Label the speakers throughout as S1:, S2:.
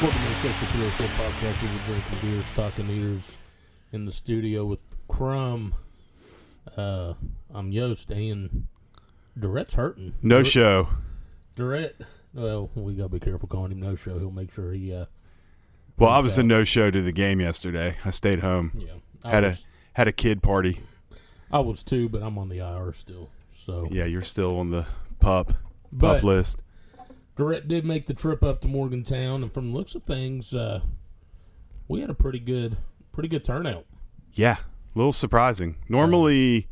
S1: Welcome to the Section 304 podcast. We're drinking beers, talking ears in the studio with Crumb. Uh, I'm Yost, and Durette's hurting.
S2: No show.
S1: Durette, well, we got to be careful calling him no show. He'll make sure he, uh,
S2: Well, I was
S1: Exactly.
S2: a no show to the game yesterday. I stayed home.
S1: yeah. I
S2: Had a
S1: was,
S2: had a kid party.
S1: I was too, but I'm on the IR still. So,
S2: Yeah, you're still on the pup
S1: But-
S2: pup list.
S1: Durrett did make the trip up to Morgantown, and from the looks of things, uh, we had a pretty good, pretty good turnout.
S2: Yeah, a little surprising. Normally,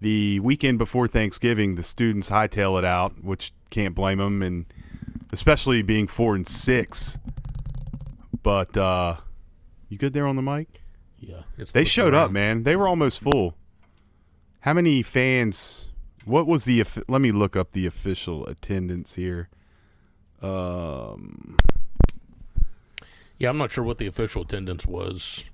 S2: the weekend before Thanksgiving, the students hightail it out, which can't blame them, and especially being four and six. But uh, you good there on the mic?
S1: Yeah, it's
S2: They
S1: flipped
S2: showed up,
S1: around.
S2: man. They were almost full. How many fans? What was the? offi- Let me look up the official attendance here. Um,
S1: Yeah, I'm not sure what the official attendance was,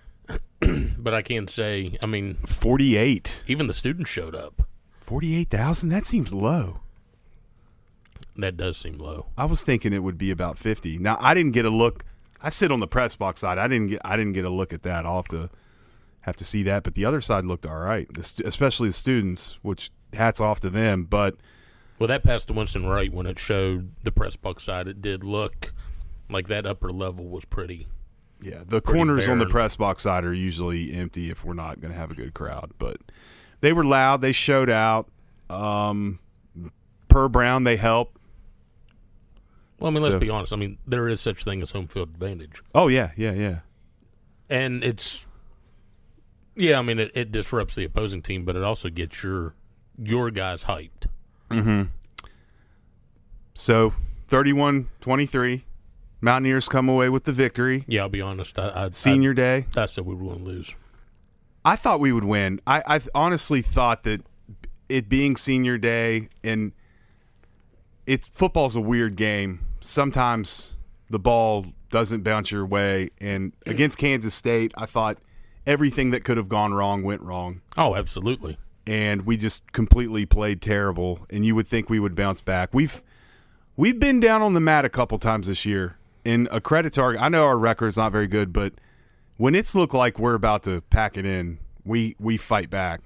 S1: but I can say, I mean,
S2: forty-eight.
S1: even the students showed up.
S2: Forty-eight thousand. That seems low.
S1: That does seem low.
S2: I was thinking it would be about fifty. Now I didn't get a look. I sit on the press box side. I didn't get. I didn't get a look at that. I'll have to have to see that. But the other side looked all right, the stu- especially the students. Which hats off to them. But
S1: Well, that passed to Winston Wright when it showed the press box side. It did look like that upper level was pretty.
S2: Yeah, the corners on the
S1: barren.
S2: press box side are usually empty if we're not going to have a good crowd. But they were loud. They showed out. Um, per Brown, they help.
S1: Well, I mean, let's
S2: So-
S1: be honest. I mean, there is such thing as home field advantage,
S2: Oh yeah, yeah, yeah.
S1: and it's yeah. I mean, it, it disrupts the opposing team, but it also gets your your guys hyped.
S2: So 31-23. Mountaineers come away with the victory.
S1: Yeah, I'll be honest. I, I
S2: Senior day.
S1: I, I said we were going to lose.
S2: I thought we would win. I, I honestly thought that it being senior day and it's football's a weird game. Sometimes the ball doesn't bounce your way. And against Kansas State, I thought everything that could have gone wrong went wrong.
S1: Oh, absolutely.
S2: And we just completely played terrible. And you would think we would bounce back. We've we've been down on the mat a couple times this year. And a credit to our I know our record's not very good, but when it's looked like we're about to pack it in, we we fight back.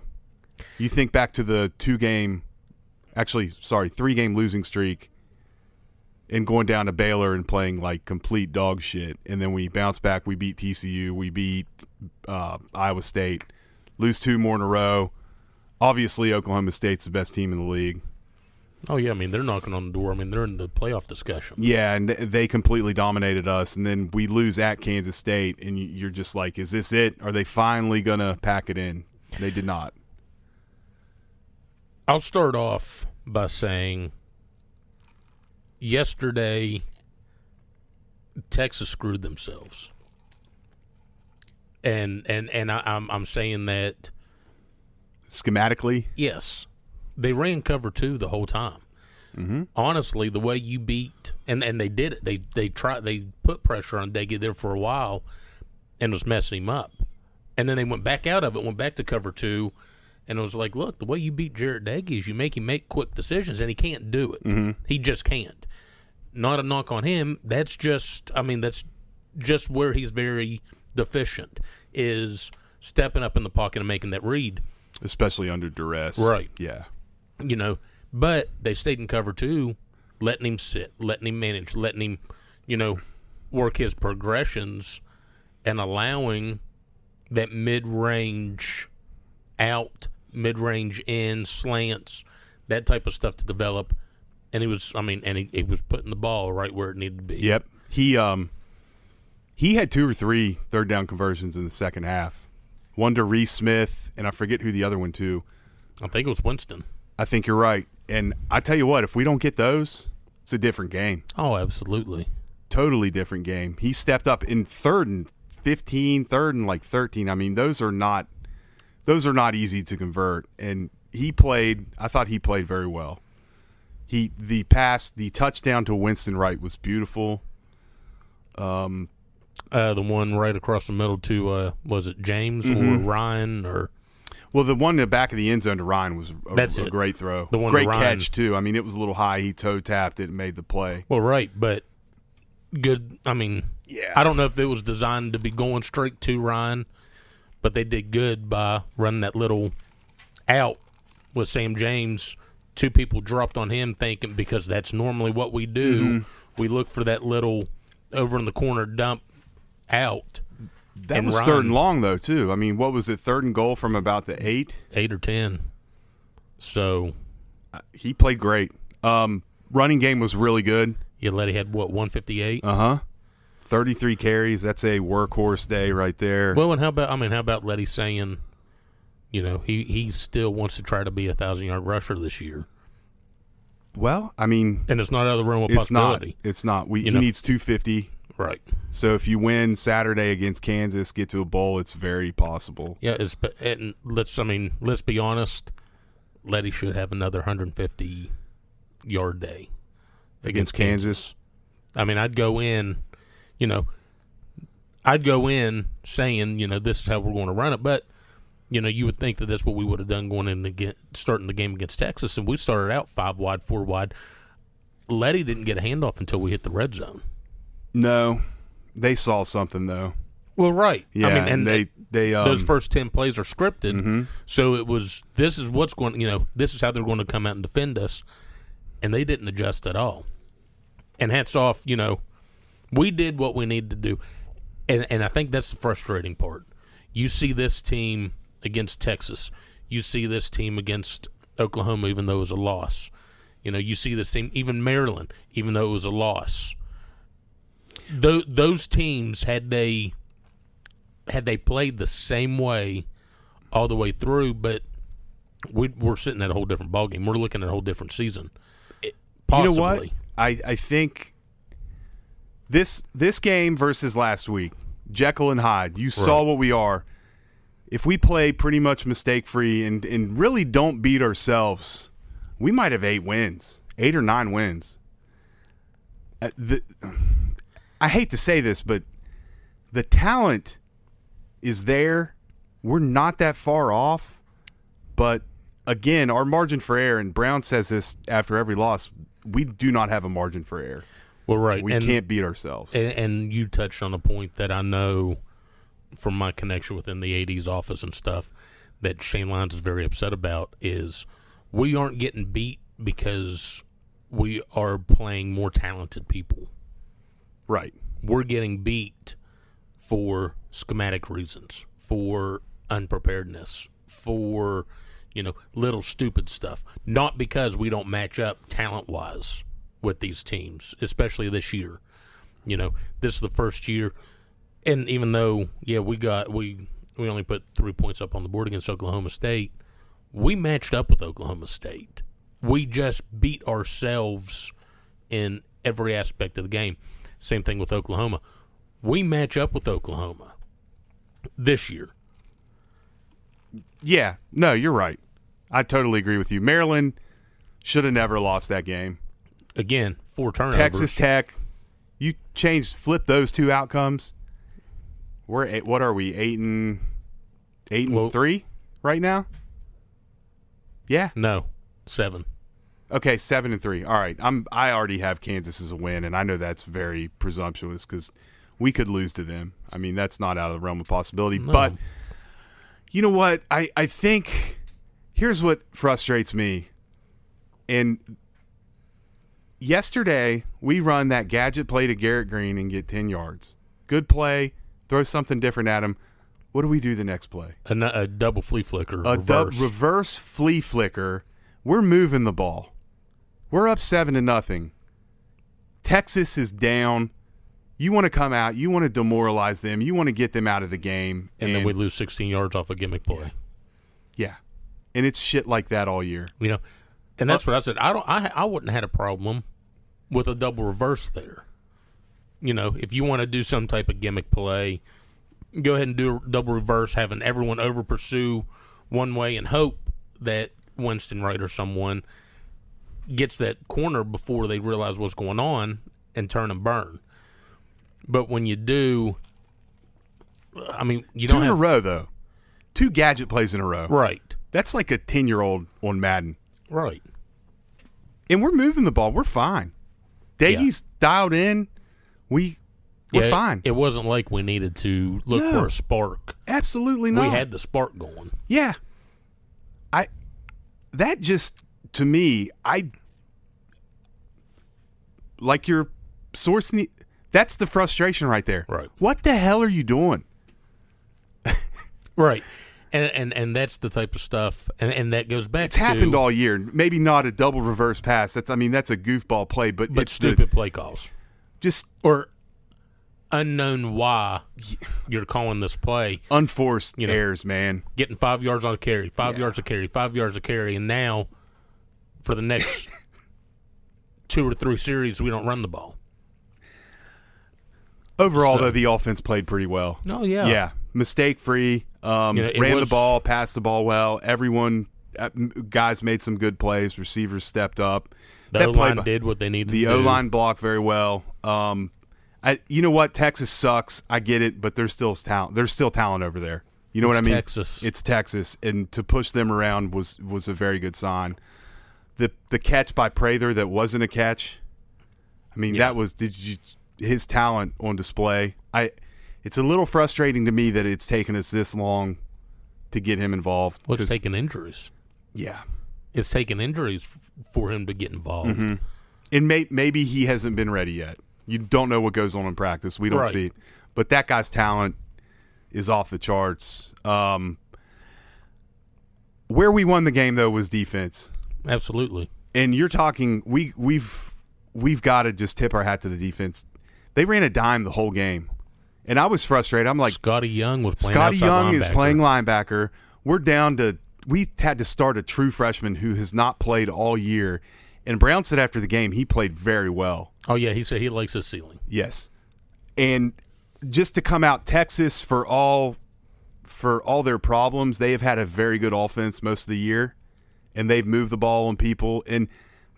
S2: You think back to the two game, actually, sorry, three game losing streak, and going down to Baylor and playing like complete dog shit, and then we bounce back. We beat TCU, we beat uh, Iowa State, lose two more in a row. Obviously, Oklahoma State's the best team in the league.
S1: Oh yeah, I mean they're knocking on the door. I mean they're in the playoff discussion.
S2: Yeah, and th- they completely dominated us, and then we lose at Kansas State, and y- you're just like, is this it? Are they finally gonna pack it in? They did not.
S1: I'll start off by saying yesterday Texas screwed themselves. And and and I, I'm I'm saying that
S2: Schematically,
S1: yes, they ran cover two the whole time. Honestly, the way you beat and and they did it. They they tried they put pressure on Deggy there for a while, and was messing him up. And then they went back out of it, went back to cover two, and it was like, look, the way you beat Jarrett Deggy is you make him make quick decisions, and he can't do it. He just can't. Not a knock on him. That's just, I mean, that's just where he's very deficient is stepping up in the pocket and making that read
S2: especially under duress.
S1: Right.
S2: Yeah.
S1: you know, but they stayed in cover two letting him sit, letting him manage, letting him, you know, work his progressions and allowing that mid range out, mid range in, slants, that type of stuff to develop. And he was, I mean, and he, he was putting the ball right where it needed to be.
S2: Yep. He um he had two or three third down conversions in the second half. One to Reese Smith, and I forget who the other one to.
S1: I think it was Winston.
S2: I think you're right. And I tell you what, if we don't get those, it's a different game.
S1: Oh, absolutely.
S2: Totally different game. He stepped up in third and 15, third and like 13. I mean, those are not those are not easy to convert and he played, I thought he played very well. He the pass, the touchdown to Winston Wright was beautiful.
S1: Uh, the one right across the middle to uh, was it James or Ryan or
S2: Well, the one in the back of the end zone to Ryan was a,
S1: That's
S2: a
S1: it.
S2: great throw.
S1: The one to
S2: great
S1: Ryan.
S2: catch too. I mean, it was a little high. He toe tapped it, and made the play.
S1: well, right, but good. I mean,
S2: Yeah.
S1: I don't know if it was designed to be going straight to Ryan, but they did good by running that little out with Sam James. Two people dropped on him, thinking because that's normally what we do. We look for that little over in the corner dump out
S2: That
S1: And
S2: was
S1: Ryan-
S2: third and long though too. I mean, what was it? Third and goal from about the eight.
S1: eight or ten. So
S2: He played great. Um, running game was really good.
S1: you let he had what one fifty eight.
S2: Uh huh. Thirty three carries. That's a workhorse day right there.
S1: Well, and how about I mean, how about Letty saying, you know, he he still wants to try to be a thousand yard rusher this year,
S2: Well, I mean,
S1: and it's not out of the realm of
S2: it's not.
S1: possibility,
S2: It's not. We he
S1: know.
S2: needs two fifty.
S1: right?
S2: So if you win Saturday against Kansas, get to a bowl, it's very possible.
S1: Yeah, it's and let's I mean, let's be honest, Letty should have another hundred fifty yard day
S2: Against Kansas.
S1: I mean, I'd go in, you know, I'd go in saying, you know, this is how we're going to run it. But, you know, you would think that that's what we would have done going in again, starting the game against Texas, and we started out five wide, four wide. Letty didn't get a handoff until we hit the red zone.
S2: No, they saw something though.
S1: Well, right.
S2: Yeah,
S1: I mean,
S2: and they they um,
S1: those first 10 plays are scripted. So it was this is what's going you know, this is how they're going to come out and defend us. And they didn't adjust at all. And hats off, you know, we did what we needed to do. And and I think that's the frustrating part. You see this team against Texas. You see this team against Oklahoma even though it was a loss. You know, you see this team even Maryland even though it was a loss. Tho- those teams had they had they played the same way all the way through, but we, we're sitting at a whole different ballgame. We're looking at a whole different season. It-
S2: you know
S1: possibly.
S2: what? I I think this this game versus last week, Jekyll and Hyde. You saw
S1: Right.
S2: what we are. If we play pretty much mistake free and and really don't beat ourselves, we might have eight wins, eight or nine wins. Uh, the, I hate to say this, but the talent is there. We're not that far off. But again, our margin for error, and Brown says this after every loss, we do not have a margin for error.
S1: Well, right.
S2: We
S1: and,
S2: can't beat ourselves.
S1: And, and you touched on a point that I know from my connection within the 80s office and stuff that Shane Lyons is very upset about is we aren't getting beat because we are playing more talented people.
S2: right.
S1: we're getting beat for schematic reasons, for unpreparedness, for you know little stupid stuff. Not because we don't match up talent wise with these teams, especially this year. You know, this is the first year, and even though yeah, we got we we only put three points up on the board against Oklahoma State, we matched up with Oklahoma State. We just beat ourselves in every aspect of the game. Same thing with Oklahoma. We match up with Oklahoma this year.
S2: Yeah. No, you're right. I totally agree with you. Maryland should have never lost that game.
S1: Again, four turnovers.
S2: Texas Tech, you changed, flip those two outcomes. We're eight, what are we eight and eight and
S1: Well-
S2: three right now? Yeah.
S1: No, seven.
S2: Okay, seven and three. All right, I'm. I already have Kansas as a win, and I know that's very presumptuous because we could lose to them. I mean, that's not out of the realm of possibility. But you know what? I I think here's what frustrates me, and yesterday we run that gadget play to Garrett Green and get 10 yards. Good play, throw something different at him. What do we do the next play?
S1: A, nu- a double flea flicker.
S2: A du-
S1: reverse.
S2: reverse flea flicker. We're moving the ball. We're up 7 to nothing. Texas is down. You want to come out, you want to demoralize them, you want to get them out of the game
S1: and, then we lose 16 yards off a gimmick play.
S2: yeah. And it's shit like that all year.
S1: You know, Uh, and that's what I said. I don't. I I wouldn't have had a problem with a double reverse there. You know, if you want to do some type of gimmick play, go ahead and do a double reverse, having everyone over pursue one way and hope that Winston Wright or someone gets that corner before they realize what's going on and turn and burn. But when you do, I mean, you
S2: Two
S1: don't
S2: in a
S1: have
S2: row though. Two gadget plays in a row.
S1: right,
S2: That's like a 10-year-old on Madden.
S1: right.
S2: and we're moving the ball. We're fine. Daggy's dialed in. We we're
S1: Yeah, it-
S2: fine.
S1: It wasn't like we needed to look
S2: No.
S1: for a spark.
S2: Absolutely not.
S1: We had the spark going.
S2: yeah. I that just to me I like your source. Ne- that's the frustration right there.
S1: Right.
S2: What the hell are you doing?
S1: Right. And and, and that's the type of stuff and, and that goes back
S2: It's
S1: to
S2: happened all year. Maybe not a double reverse pass. That's I mean that's a goofball play, but,
S1: but
S2: it's the-
S1: stupid play calls.
S2: just
S1: Or unknown why you're calling this play.
S2: unforced
S1: You know.
S2: errors, man.
S1: Getting five yards on a carry, five yards a carry, five yards a carry, and now for the next two or three series we don't run the ball.
S2: Overall,
S1: So-
S2: though, the offense played pretty well.
S1: No, yeah.
S2: yeah, mistake free. Um,
S1: You know, it
S2: ran
S1: was-
S2: the ball, passed the ball well. Everyone, uh, m- guys made some good plays. Receivers stepped up.
S1: The O
S2: play,
S1: line
S2: by-
S1: did what they needed
S2: the
S1: to do.
S2: O line blocked very well. Um, I, you know what? Texas sucks. I get it, but there's still talent. There's still talent over there. You know what
S1: It's
S2: I mean?
S1: Texas.
S2: It's Texas, and to push them around was was a very good sign. The the catch by Prather that wasn't a catch. I mean, that was did you his talent on display. I. It's a little frustrating to me that it's taken us this long to get him involved.
S1: Well, it's
S2: 'cause-
S1: taking injuries.
S2: yeah,
S1: It's taking injuries f- for him to get involved.
S2: Mm-hmm. and may, maybe he hasn't been ready yet. You don't know what goes on in practice. We don't
S1: Right.
S2: see it, but that guy's talent is off the charts. Um, where we won the game though was defense,
S1: Absolutely.
S2: and you're talking we we've we've got to just tip our hat to the defense. They ran a dime the whole game, and I was frustrated. I'm like,
S1: Scotty Young was playing
S2: Scotty
S1: outside
S2: Young is
S1: linebacker.
S2: playing linebacker. We're down to we had to start a true freshman who has not played all year. And Brown said after the game he played very well.
S1: Oh yeah, he said he likes his ceiling.
S2: Yes. And just to come out Texas for all for all their problems, they have had a very good offense most of the year and they've moved the ball on people and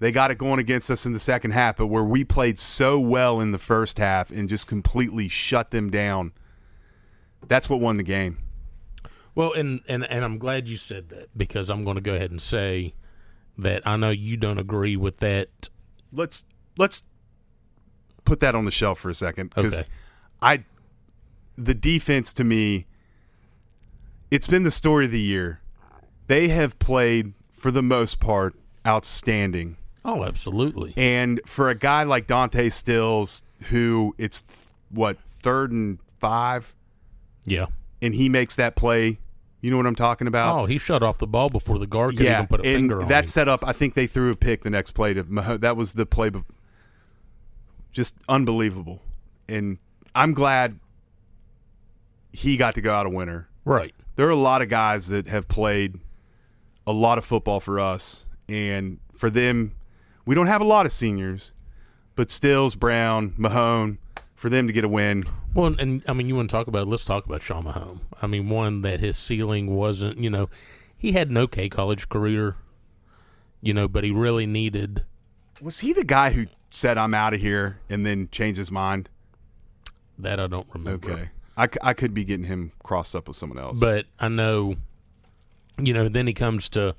S2: they got it going against us in the second half, but where we played so well in the first half and just completely shut them down. That's what won the game.
S1: Well, and and and I'm glad you said that because I'm going to go ahead and say that I know you don't agree with that.
S2: let's let's put that on the shelf for a second because
S1: Okay.
S2: I the defense to me it's been the story of the year. They have played for the most part outstanding.
S1: Oh, absolutely.
S2: And for a guy like Dante Stills who it's what third and 5
S1: Yeah.
S2: and he makes that play, you know what I'm talking about?
S1: Oh, he shut off the ball before the guard could even put a
S2: and
S1: finger on
S2: that
S1: him.
S2: set up. I think they threw a pick the next play to Mahomes. That was the play, be- just unbelievable. And I'm glad he got to go out a winner.
S1: Right.
S2: There are a lot of guys that have played a lot of football for us, and for them, we don't have a lot of seniors, but Stills, Brown, Mahone, for them to get a win,
S1: Well, and, and I mean, you want to talk about? Let's talk about Sean Mahone. I mean, one that his ceiling wasn't. You know, he had an okay college career. You know, but he really needed.
S2: was he the guy who said I'm out of here and then changed his mind?
S1: That I don't remember.
S2: Okay. I, c- I could be getting him crossed up with someone else.
S1: But I know, you know, then he comes to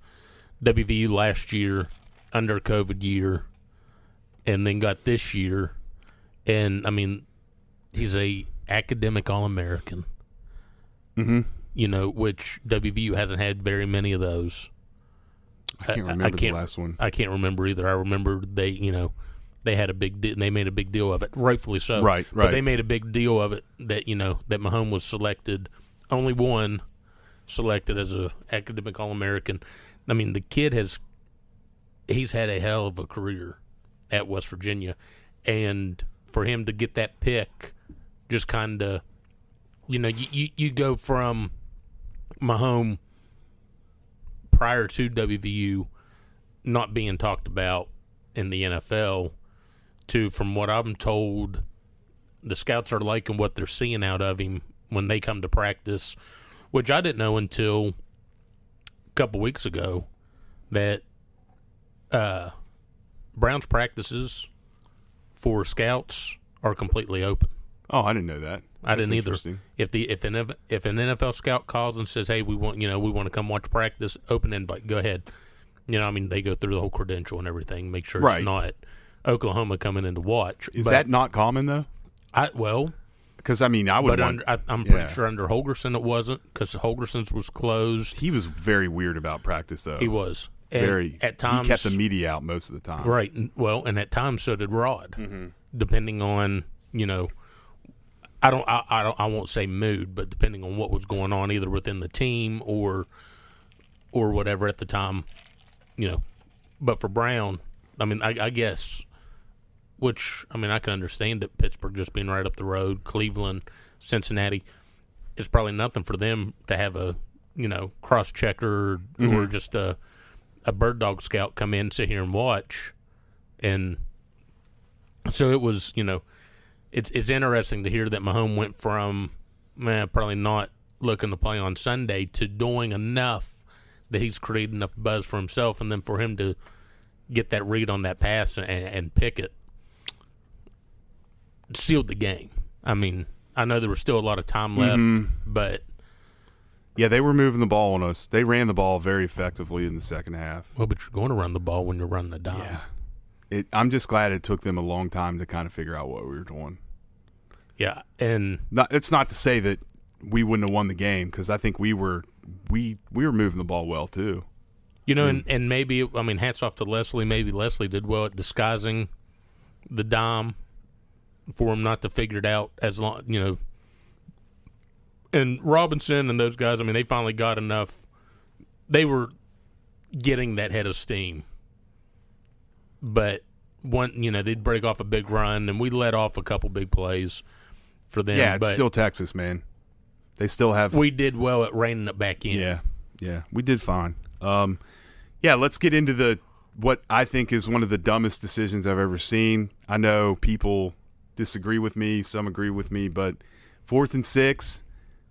S1: WVU last year under COVID year, and then got this year, and I mean, he's a academic All American. Mm-hmm. You know, which WVU hasn't had very many of those.
S2: I can't remember the last one.
S1: I can't remember either. I remember they, you know, they had a big de- they made a big deal of it, rightfully so.
S2: Right,
S1: But
S2: right.
S1: they made a big deal of it that you know that Mahomes was selected, only one selected as a academic All American. I mean, the kid has he's had a hell of a career at West Virginia, and for him to get that pick, just kind of, you know, you, you you go from Mahomes prior to WVU not being talked about in the NFL to from what I'm told the scouts are liking what they're seeing out of him when they come to practice, which I didn't know until a couple weeks ago that uh, Brown's practices for scouts are completely open.
S2: Oh, I didn't know that.
S1: I
S2: That's
S1: didn't either.
S2: interesting.
S1: If the if an if an NFL scout calls and says, "Hey, we want you know we want to come watch practice," open invite, go ahead. You know, I mean, they go through the whole credential and everything, make sure
S2: Right.
S1: it's not Oklahoma coming in to watch.
S2: Is
S1: But
S2: that not common though?
S1: I, well?
S2: Because I mean, I would.
S1: But
S2: want,
S1: under, I, I'm pretty
S2: yeah.
S1: sure under Holgerson it wasn't because Holgerson's was closed.
S2: he was very weird about practice though.
S1: He was And
S2: very
S1: at times
S2: He kept the media out most of the time.
S1: Right. N- Well, and at times so did Rod, depending on you know, I don't, I, I don't, I won't say mood, but depending on what was going on either within the team or, or whatever at the time, you know. But for Brown, I mean, I, I guess, which I mean, I can understand it. Pittsburgh just being right up the road, Cleveland, Cincinnati, it's probably nothing for them to have a you know cross checker or just a a bird dog scout come in, sit here and watch, and so it was. You know, it's it's interesting to hear that Mahomes went from man probably not looking to play on Sunday to doing enough that he's created enough buzz for himself, and then for him to get that read on that pass and, and pick it sealed the game. I mean, I know there was still a lot of time left, but
S2: Yeah, they were moving the ball on us. They ran the ball very effectively in the second half.
S1: well, but you're going to run the ball when you're running a dime.
S2: Yeah. It, I'm just glad it took them a long time to kind of figure out what we were doing.
S1: yeah, and
S2: Not, it's not to say that we wouldn't have won the game because I think we were we we were moving the ball well too.
S1: You know, and,
S2: Mm.
S1: and maybe I mean, hats off to Leslie. Maybe Leslie did well at disguising the dom for him not to figure it out as long. You know, and Robinson and those guys. I mean, they finally got enough. They were getting that head of steam, but one, you know, they'd break off a big run, and we let off a couple big plays for them.
S2: yeah, it's
S1: but
S2: still Texas, man. They still have
S1: we did well at reining it back in.
S2: Yeah, yeah, we did fine. Um, yeah, let's get into the what I think is one of the dumbest decisions I've ever seen. I know people disagree with me, some agree with me, but fourth and six,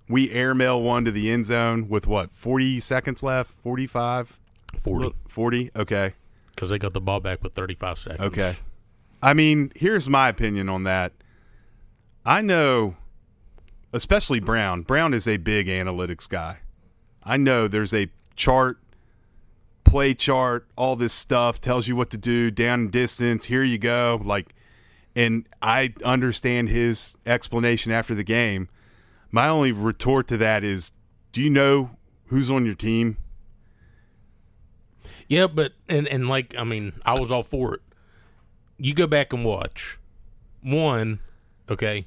S2: we airmail one to the end zone with what forty seconds left, forty five.
S1: forty
S2: Forty. Okay.
S1: because they got the ball back with thirty-five seconds.
S2: Okay. I mean, here's my opinion on that. I know, especially Brown. Brown is a big analytics guy. I know there's a chart, play chart, all this stuff tells you what to do, down and distance, here you go. Like, and I understand his explanation after the game. My only retort to that is do you know who's on your team?
S1: Yeah, but and and like I mean, I was all for it. You go back and watch. One, okay,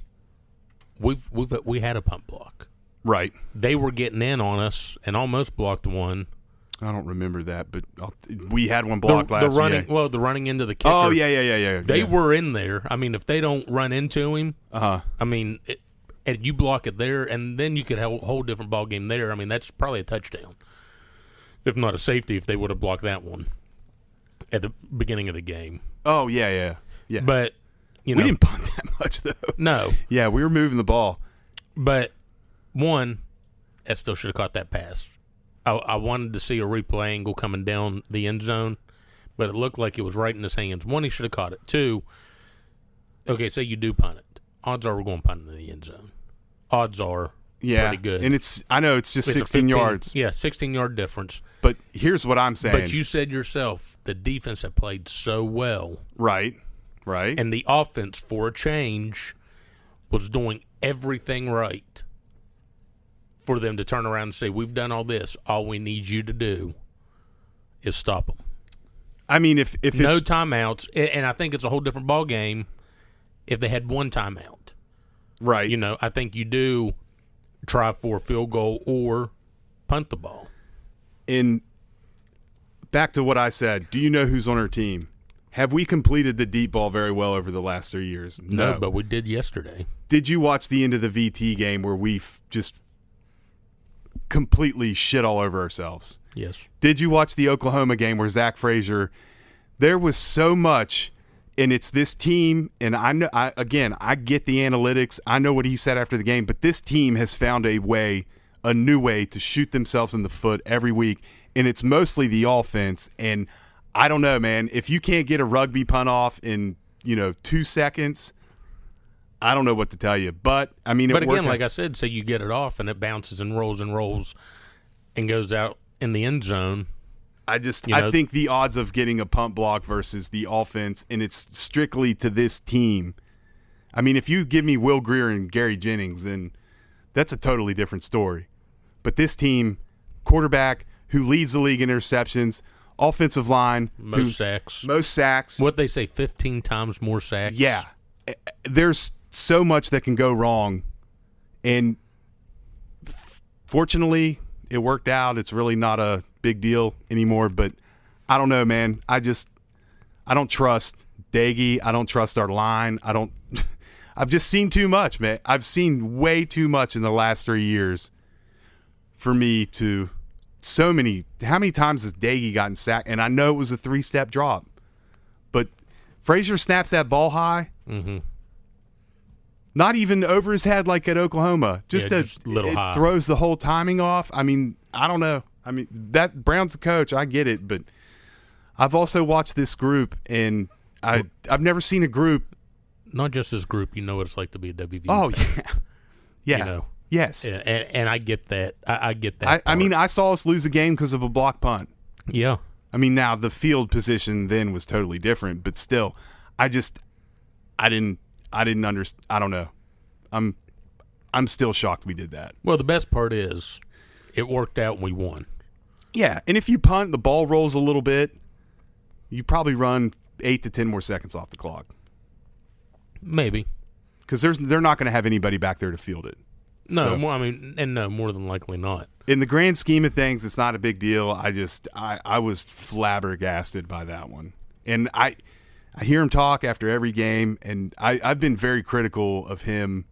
S1: we've we've we had a pump block.
S2: Right.
S1: They were getting in on us and almost blocked one.
S2: I don't remember that, but I'll, we had one
S1: The-
S2: blocked
S1: the,
S2: last year.
S1: running, well, the running into the kicker.
S2: Oh yeah, yeah, yeah, yeah.
S1: they
S2: yeah.
S1: were in there. I mean, if they don't run into him,
S2: Uh-huh.
S1: I mean, it, and you block it there, and then you could have a whole different ball game there. I mean, that's probably a touchdown, if not a safety, if they would have blocked that one at the beginning of the game.
S2: Oh yeah, yeah, yeah.
S1: But you
S2: we
S1: know,
S2: didn't punt that much though.
S1: no.
S2: Yeah, we were moving the ball.
S1: But one, that still should have caught that pass. I, I wanted to see a replay angle coming down the end zone, but it looked like it was right in his hands. One, he should have caught it. Two, okay, say you do punt it. Odds are we're going to punt it in the end zone. Odds are
S2: Yeah,
S1: pretty good.
S2: And it's I know it's just
S1: It's a
S2: 16
S1: 15
S2: yards,
S1: Yeah, 16 yard difference.
S2: but here's what I'm saying.
S1: But you said yourself the defense had played so well,
S2: right, right.
S1: and the offense, for a change, was doing everything right for them to turn around and say, We've done all this. All we need you to do is stop them.
S2: I mean, if if
S1: no
S2: it's
S1: timeouts, a- and I think it's a whole different ball game if they had one timeout.
S2: right,
S1: You know, I think you do try for a field goal or punt the ball.
S2: in back to what I said, do you know who's on our team? Have we completed the deep ball very well over the last three years?
S1: No, but we did yesterday.
S2: did you watch the end of the VT game where we f- just completely shit all over ourselves?
S1: Yes.
S2: Did you watch the Oklahoma game where Zach Frazier? There was so much, and it's this team. And I know, I, again, I get the analytics. I know what he said after the game, but this team has found a way, a new way to shoot themselves in the foot every week, and it's mostly the offense. And I don't know, man. If you can't get a rugby punt off in you know two seconds, I don't know what to tell you. But I mean,
S1: But
S2: it
S1: again,
S2: worked-
S1: like I said, say you get it off and it bounces and rolls and rolls and goes out in the end zone.
S2: I just
S1: You
S2: I
S1: know-
S2: think the odds of getting a punt block versus the offense, and it's strictly to this team. I mean, if you give me Will Greer and Gary Jennings, then that's a totally different story. But this team, quarterback who leads the league in interceptions, offensive line,
S1: Most
S2: who-
S1: sacks.
S2: most sacks.
S1: what they say, fifteen times more sacks.
S2: Yeah, Eh, eh, there's so much that can go wrong, and f- fortunately, it worked out. It's really not a big deal anymore. But I don't know, man. I just I don't trust Daggy. I don't trust our line. I don't. I've just seen too much, man. I've seen way too much in the last three years for me to. So many. How many times has Daggy gotten sacked? And I know it was a three-step drop, but Frazier snaps that ball high. Mm-hmm. Not even over his head like at Oklahoma. Just
S1: Yeah,
S2: a
S1: just a little
S2: it
S1: high.
S2: throws the whole timing off. I mean, I don't know. I mean, that Brown's the coach. I get it, but I've also watched this group, and I I've never seen a group.
S1: Not just this group. You know what it's like to be a WVU.
S2: Oh
S1: fan.
S2: yeah, yeah,
S1: You know.
S2: yes.
S1: Yeah, and, and I get that. I, I get that.
S2: I, I
S1: part.
S2: mean, I saw us lose a game because of a block punt.
S1: yeah.
S2: I mean, now the field position then was totally different, but still, I just, I didn't, I didn't understand. I don't know. I'm, I'm still shocked we did that.
S1: Well, the best part is it worked out and we won.
S2: Yeah, and if you punt, the ball rolls a little bit. You probably run eight to ten more seconds off the clock
S1: Maybe.
S2: because there's they're not going to have anybody back there to field it.
S1: No,
S2: So-
S1: more, I mean, and no, more than likely not.
S2: in the grand scheme of things, it's not a big deal. I just I, I was flabbergasted by that one, and I I hear him talk after every game, and I I've been very critical of him,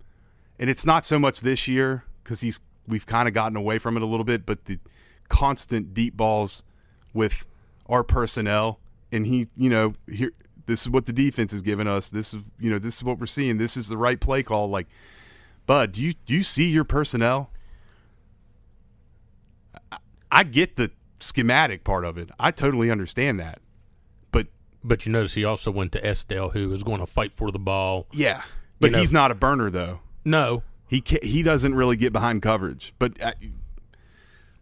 S2: and it's not so much this year because he's we've kind of gotten away from it a little bit, but the constant deep balls with our personnel, and he you know here this is what the defense is giving us. This is you know this is what we're seeing. This is the right play call. Like, Bud, do you do you see your personnel? I get the schematic part of it. I totally understand that. But
S1: But you notice he also went to Estelle, who is going to fight for the ball.
S2: yeah, but
S1: know-
S2: he's not a burner though.
S1: No,
S2: He ca he doesn't really get behind coverage. But uh,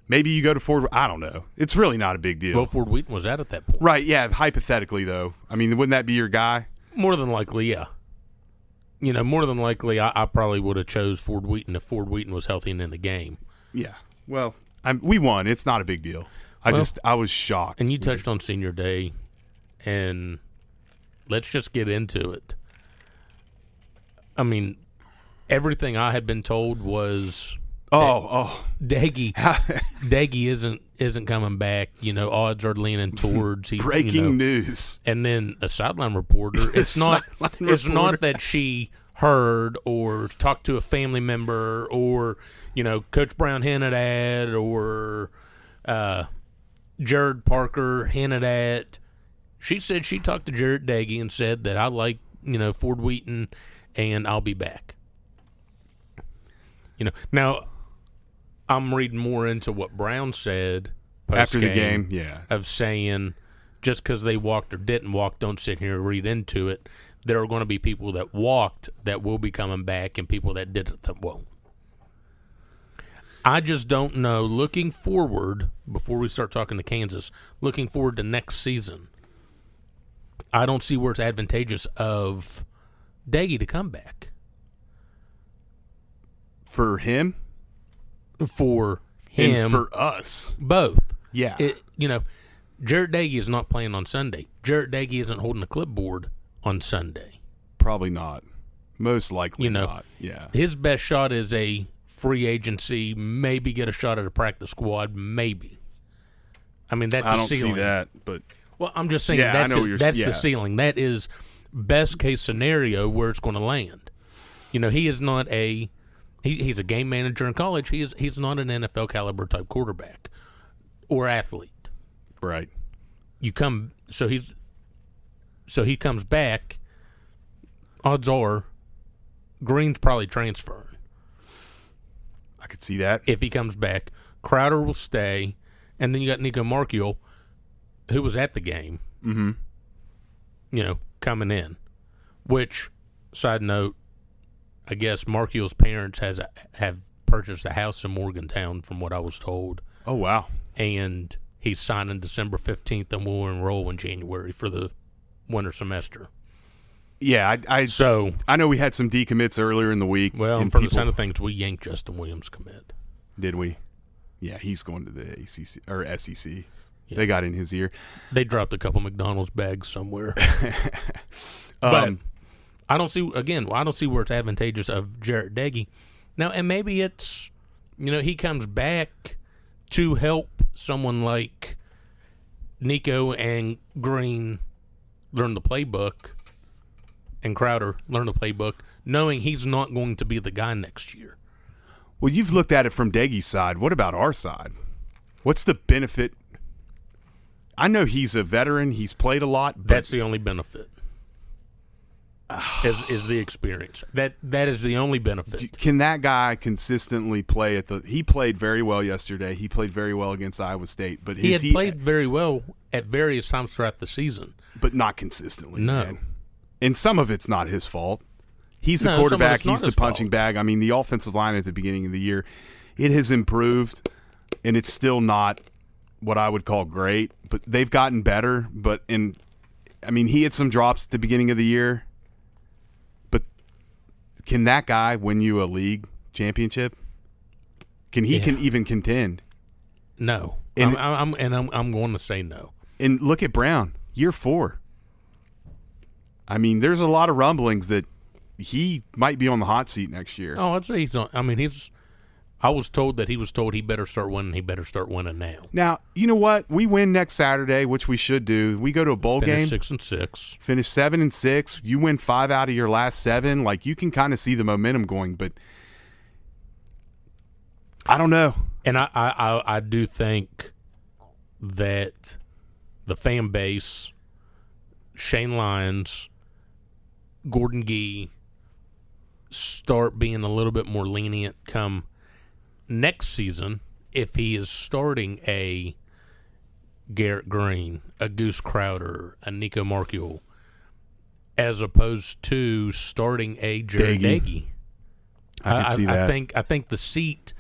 S2: maybe you go to Ford. I don't know. It's really not a big deal.
S1: well, Ford Wheaton was out at that point.
S2: right? Yeah. Hypothetically though, I mean, wouldn't that be your guy?
S1: More than likely, yeah. You know, more than likely, I, I probably would have chose Ford Wheaton if Ford Wheaton was healthy and in the game.
S2: Yeah. Well, I'm, we won. It's not a big deal. I
S1: Well-
S2: just I was shocked.
S1: And you touched on senior day, and let's just get into it. I mean, everything I had been told was
S2: oh oh
S1: Daggy, Daggy isn't isn't coming back. You know, odds are leaning towards he, you
S2: breaking
S1: know.
S2: news.
S1: And then a sideline reporter. It's not.
S2: sideline
S1: It's not that she heard or talked to a family member or you know Coach Brown hinted at or uh, Jared Parker hinted at. She said she talked to Jared Daggy and said that I like you know Ford Wheaton and I'll be back. You know now. I'm reading more into what Brown said
S2: After the
S1: post-game
S2: game, yeah.
S1: of saying just because they walked or didn't walk, don't sit here and read into it. There are going to be people that walked that will be coming back and people that didn't that won't. I just don't know. Looking forward, before we start talking to Kansas, looking forward to next season, I don't see where it's advantageous of Daggy to come back
S2: For him,
S1: for him,
S2: and for us.
S1: both.
S2: Yeah.
S1: It, you know, Jarrett Dagey is not playing on Sunday. Jarrett Dagey isn't holding a clipboard on Sunday.
S2: Probably not. Most likely
S1: You know.
S2: not. Yeah.
S1: His best shot is a free agency, maybe get a shot at a practice squad, maybe. I mean, that's
S2: I
S1: the
S2: don't see
S1: ceiling.
S2: that, but
S1: Well, I'm just saying
S2: Yeah, I
S1: that's
S2: know
S1: his-
S2: what you're-
S1: that's
S2: yeah.
S1: the ceiling. That is best case scenario where it's going to land. You know, he is not a he, he's a game manager in college. He is he's not an NFL caliber type quarterback or athlete.
S2: right.
S1: You come so he's so he comes back. Odds are, Green's probably transferring.
S2: I could see that.
S1: If he comes back, Crowder will stay, and then you got Nico Markiel, who was at the game.
S2: hmm
S1: you know, coming in. Which, side note, I guess Markiel's parents has have purchased a house in Morgantown, from what I was told,
S2: Oh wow.
S1: and he's signing December fifteenth, and will enroll in January for the winter semester.
S2: Yeah, I, I
S1: So,
S2: I know we had some decommits earlier in the week.
S1: well,
S2: and
S1: from the
S2: people-
S1: sound of things, we yanked Justin Williams commit.
S2: did we? Yeah, he's going to the ACC or SEC.
S1: Yeah.
S2: They got in his ear.
S1: They dropped a couple McDonald's bags somewhere, but
S2: Um,
S1: I don't see again. I don't see where it's advantageous of Jarrett Deggy. Now, and maybe it's you know he comes back to help someone like Nico and Green learn the playbook, and Crowder learn the playbook, knowing he's not going to be the guy next year.
S2: well, you've looked at it from Deggy's side. What about our side? What's the benefit? I know he's a veteran. He's played a lot. But
S1: That's the only benefit. Is, is the experience that that is the only benefit?
S2: Do- Can that guy consistently play at the? He played very well yesterday. He played very well against Iowa State, but
S1: he
S2: is
S1: had played very well at various times throughout the season.
S2: but not consistently.
S1: No.
S2: man. and some of it's not his fault. He's the
S1: No, some of
S2: quarterback.
S1: it's not
S2: He's the
S1: his
S2: punching
S1: fault.
S2: bag. I mean, the offensive line at the beginning of the year, it has improved, and it's still not what I would call great. But they've gotten better. But in, I mean, he had some drops at the beginning of the year. But can that guy win you a league championship? Can he
S1: Yeah.
S2: can even contend?
S1: No,
S2: And-
S1: I'm, I'm, and I'm, I'm going to say no.
S2: And look at Brown, year four. I mean, there's a lot of rumblings that he might be on the hot seat next year.
S1: Oh, I'd say he's not. I mean, he's. I was told that he was told he better start winning. He better start winning now.
S2: Now, you know what? We win next Saturday, which we should do. We go to a bowl
S1: Finish
S2: game,
S1: six and six.
S2: finish seven and six. You win five out of your last seven. Like you can kind of see the momentum going, but I don't know.
S1: And I, I, I, I do think that the fan base, Shane Lyons, Gordon Gee, start being a little bit more lenient come next season if he is starting a Garrett Green, a Goose Crowder, a Nico Markiel, as opposed to starting a Jared
S2: Daggy.
S1: Daggy.
S2: I can see that.
S1: I think I think the seat,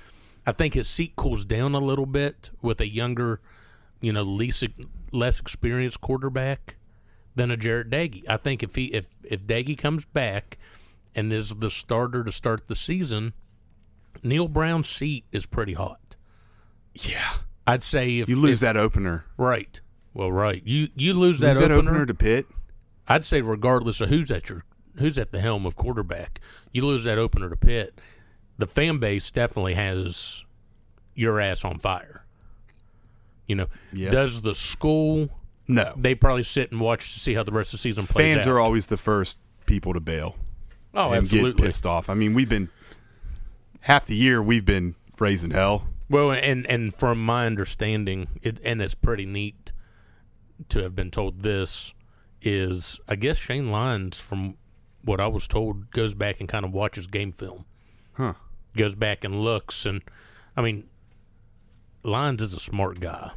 S1: I think his seat cools down a little bit with a younger, you know, least less experienced quarterback than a Jarrett Daggy. I think if he if if Daggy comes back and is the starter to start the season, Neil Brown's seat is pretty hot.
S2: yeah,
S1: I'd say if
S2: you lose
S1: if-
S2: that opener.
S1: right. Well, right. You you lose that,
S2: lose that
S1: opener,
S2: opener to Pitt.
S1: I'd say regardless of who's at your who's at the helm of quarterback, you lose that opener to Pitt. The fan base definitely has your ass on fire. You know,
S2: Yeah.
S1: does the school
S2: No,
S1: they probably sit and watch to see how the rest of the season plays
S2: fans
S1: out.
S2: are always the first people to bail.
S1: oh,
S2: and get
S1: absolutely.
S2: pissed off. I mean, we've been half the year we've been raising hell.
S1: Well, and and from my understanding, it, and it's pretty neat to have been told this is I guess Shane Lyons, from what I was told, goes back and kind of watches game film.
S2: Huh.
S1: Goes back and looks, and I mean, Lyons is a smart guy.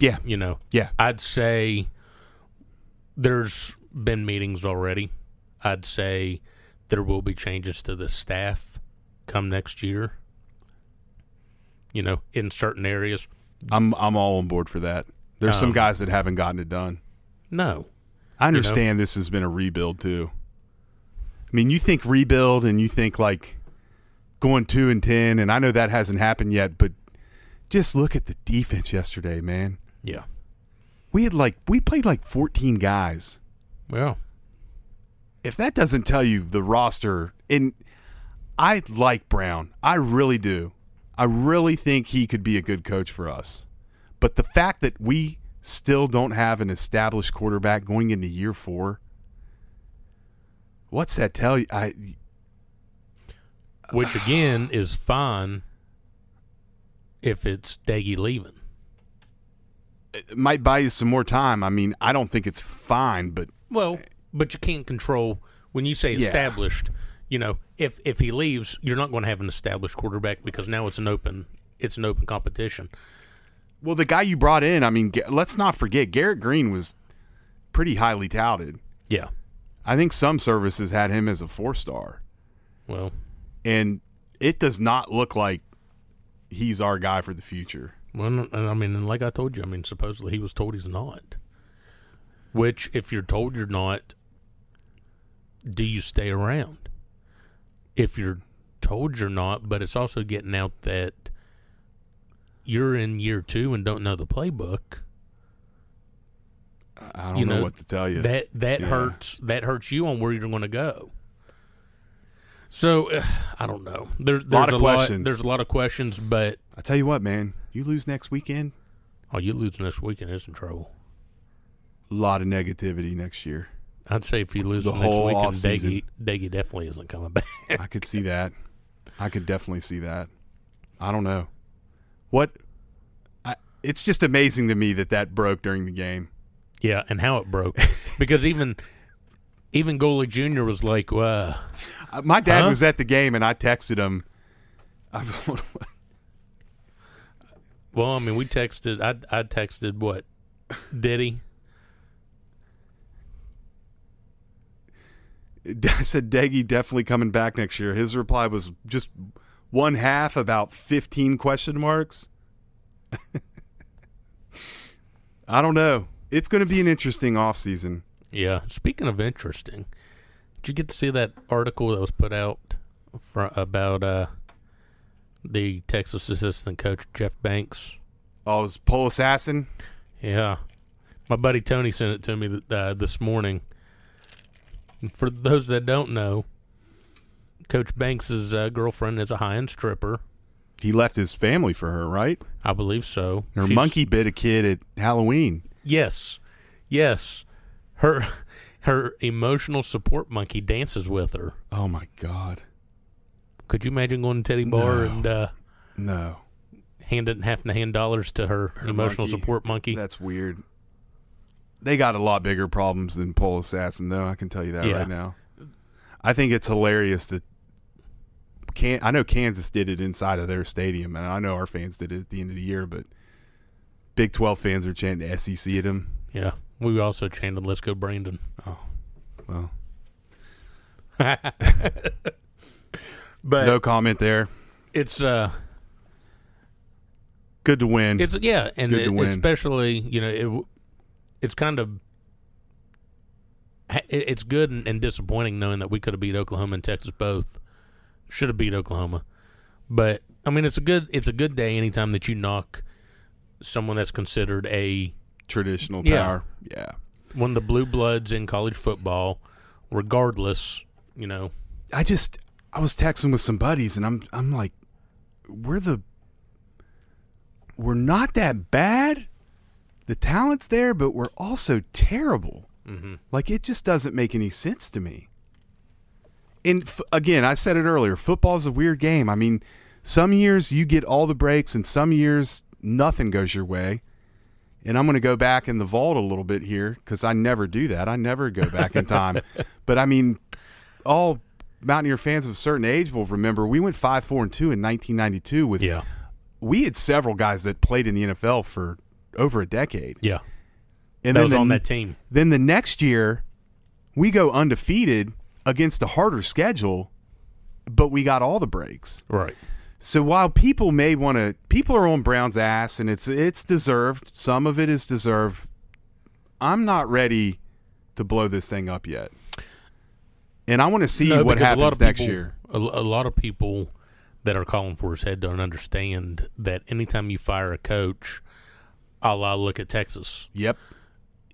S2: Yeah,
S1: You know,
S2: yeah.
S1: I'd say there's been meetings already. I'd say there will be changes to the staff come next year. You know, in certain areas.
S2: I'm I'm all on board for that. There's some
S1: Um,
S2: guys that haven't gotten it done.
S1: No.
S2: I understand this has been a rebuild too. I mean, you think rebuild and you think like going two and ten, and I know that hasn't happened yet, but just look at the defense yesterday, man.
S1: Yeah.
S2: We had like we played like 14 guys.
S1: Well,
S2: If that doesn't tell you the roster, and I like Brown, I really do. I really think he could be a good coach for us. But the fact that we still don't have an established quarterback going into year four, what's that tell you? I
S1: which again is fine if it's Daggy leaving.
S2: it might buy you some more time. I mean, I don't think it's fine, but
S1: Well, but you can't control when you say
S2: Yeah.
S1: established. You know, if if he leaves, you're not going to have an established quarterback because now it's an open it's an open competition.
S2: Well, the guy you brought in, I mean, Ga- let's not forget Garrett Green was pretty highly touted.
S1: Yeah.
S2: I think some services had him as a four star,
S1: Well,
S2: and it does not look like he's our guy for the future.
S1: Well, and I mean, and like I told you, I mean, supposedly he was told he's not. Which, if you're told you're not, do you stay around? If you're told you're not, but it's also getting out that you're in year two and don't know the playbook.
S2: I don't
S1: You
S2: know,
S1: know,
S2: what to tell you.
S1: That that
S2: Yeah.
S1: hurts. That hurts you on where you're going to go. So uh, I don't know. There, there's
S2: Lot of
S1: a
S2: questions.
S1: Lot, there's a lot of questions, but
S2: I tell you what, man, you lose next weekend,
S1: oh, you lose next weekend, it's in trouble.
S2: a lot of negativity next year.
S1: I'd say if he loses
S2: The
S1: next
S2: whole
S1: weekend,
S2: offseason.
S1: Daggy, Daggy definitely isn't coming back.
S2: I could see that. I could definitely see that. I don't know what. I, it's just amazing to me that that broke during the game.
S1: yeah, and how it broke because even even Golik Jr. was like, "Wow,
S2: Uh, My dad
S1: Huh?
S2: was at the game, and I texted him. I,
S1: well, I mean, we texted. I I texted what Diddy.
S2: I said, "Deggy definitely coming back next year." His reply was just one half, about fifteen question marks. I don't know. It's going to be an interesting offseason.
S1: Yeah. Speaking of interesting, did you get to see that article that was put out fr about uh the Texas assistant coach Jeff Banks?
S2: Oh, it was Pole Assassin.
S1: Yeah. My buddy Tony sent it to me th- uh, this morning. And for those that don't know, Coach Banks' uh, girlfriend is a high end stripper.
S2: He left his family for her, right?
S1: I believe so.
S2: Her
S1: She's-
S2: monkey bit a kid at Halloween.
S1: Yes. Yes. Her her emotional support monkey dances with her.
S2: Oh my god,
S1: Could you imagine going to Teddy Bar
S2: No.
S1: and uh,
S2: no!
S1: handing half to hand dollars to her, emotional
S2: monkey.
S1: support monkey?
S2: That's weird. They got a lot bigger problems than Pole Assassin, though. I can tell you that
S1: Yeah.
S2: right now. I think it's hilarious that can I know Kansas did it inside of their stadium, and I know our fans did it at the end of the year, but Big Twelve fans are chanting SEC at him.
S1: yeah. We also chanted "Let's go, Brandon."
S2: Well,
S1: But
S2: no comment there.
S1: it's uh,
S2: Good to win.
S1: It's yeah, and
S2: Good to
S1: it-
S2: win.
S1: especially you know it, w- it's kind of it- it's good and, and disappointing knowing that we could have beat Oklahoma and Texas both. Should have beat Oklahoma, but I mean it's a good it's a good day anytime that you knock someone that's considered a
S2: Traditional
S1: Yeah.
S2: power. Yeah.
S1: one of the blue bloods in college football, regardless. You know,
S2: I just I was texting with some buddies and I'm I'm like we're the we're not that bad. The talent's there, but we're also terrible. Like it just doesn't make any sense to me. And f- again, I said it earlier. Football's a weird game. I mean, some years you get all the breaks, and some years nothing goes your way. And I'm going to go back in the vault a little bit here because I never do that. I never go back in time. but I mean, all Mountaineer fans of a certain age will remember we went five, four, and two in 1992. With
S1: yeah,
S2: we had several guys that played in the NFL for over a decade,
S1: yeah,
S2: and
S1: that was
S2: the,
S1: on that team.
S2: then the next year we go undefeated against a harder schedule, but we got all the breaks.
S1: Right.
S2: So while people may want to, people are on Brown's ass, and it's it's deserved. Some of it is deserved. I'm not ready to blow this thing up yet, and I want to see
S1: No,
S2: what
S1: because a lot
S2: happens
S1: of
S2: next
S1: people-
S2: year.
S1: A, l- a lot of people that are calling for his head don't understand that anytime you fire a coach, a la look at Texas.
S2: Yep.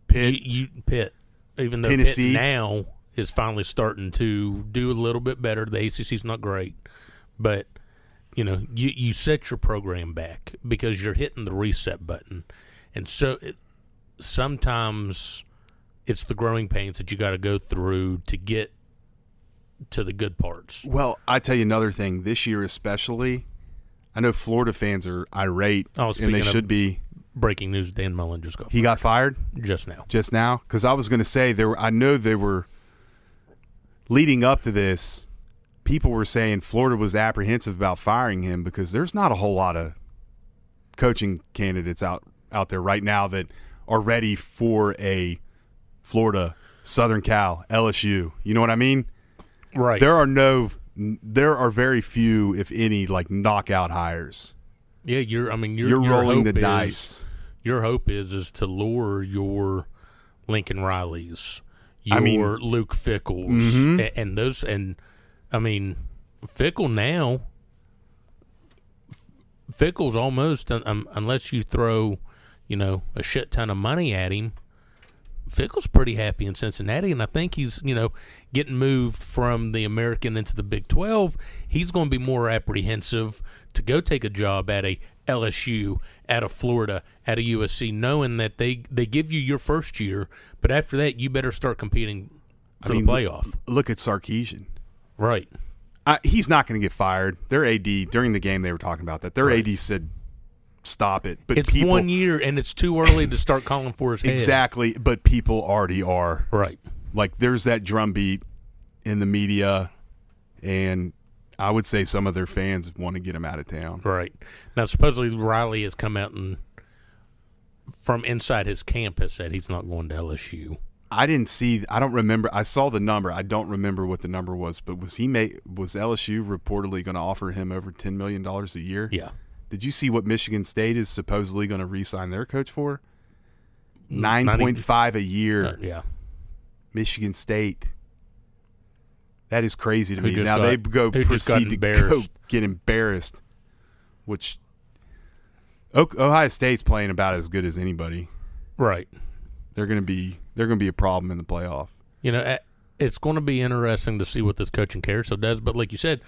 S2: Pitt.
S1: You, you Pitt, even though
S2: Tennessee.
S1: Pitt now is finally starting to do a little bit better. The ACC's not great, but you know you you set your program back because you're hitting the reset button, and so it, sometimes it's the growing pains that you got to go through to get to the good parts.
S2: Well, I tell you another thing. This year, especially, I know Florida fans are irate,
S1: Oh,
S2: and they
S1: speaking of-
S2: should be.
S1: Breaking news: Dan Mullen just got
S2: He got fired
S1: just now.
S2: just now because I was going to say there. Were, I know they were leading up to this. People were saying Florida was apprehensive about firing him because there's not a whole lot of coaching candidates out out there right now that are ready for a Florida, Southern Cal, LSU. You know what I mean?
S1: Right.
S2: There are no, there are very few, if any, like knockout hires.
S1: yeah, you're. I mean, you're,
S2: You're
S1: your
S2: rolling the
S1: hope is-
S2: dice.
S1: your hope is is to lure your Lincoln Rileys, your
S2: I mean- Mm-hmm.
S1: Luke Fickles, a- and, those and I mean Fickle now. Fickle's almost un- um, unless you throw, you know, a shit ton of money at him. Fickle's pretty happy in Cincinnati, and I think he's you know getting moved from the American into the Big Twelve. He's going to be more apprehensive to go take a job at a LSU, at a Florida, at a USC, knowing that they they give you your first year, but after that you better start competing for
S2: mean,
S1: the playoff.
S2: Look at Sarkeesian.
S1: Right,
S2: I, he's not going to get fired. Their AD during the game they were talking about that. Their AD said, "Stop it." But
S1: it's
S2: people
S1: one year, and it's too early to start calling for his head.
S2: exactly. But people already are
S1: Right.
S2: like there's that drumbeat in the media, and I would say some of their fans want to get him out of town.
S1: Right. Now, supposedly Riley has come out and from inside his camp has said he's not going to LSU.
S2: I didn't see. I don't remember. I saw the number. I don't remember what the number was. But was he made? Was LSU reportedly going to offer him over ten million dollars a year?
S1: Yeah.
S2: Did you see what Michigan State is supposedly going to re-sign their coach for?
S1: Not
S2: Nine
S1: even-
S2: point five a year.
S1: Uh, yeah.
S2: Michigan State. That is crazy to
S1: Who
S2: me.
S1: just
S2: Now
S1: got-
S2: they go
S1: who just got
S2: proceed to go
S1: embarrassed.
S2: get embarrassed, which O- Ohio State's playing about as good as anybody.
S1: Right.
S2: They're going to be they're going to be a problem in the playoff.
S1: You know, eh, it's going to be interesting to see what this coaching carousel does. But like you said,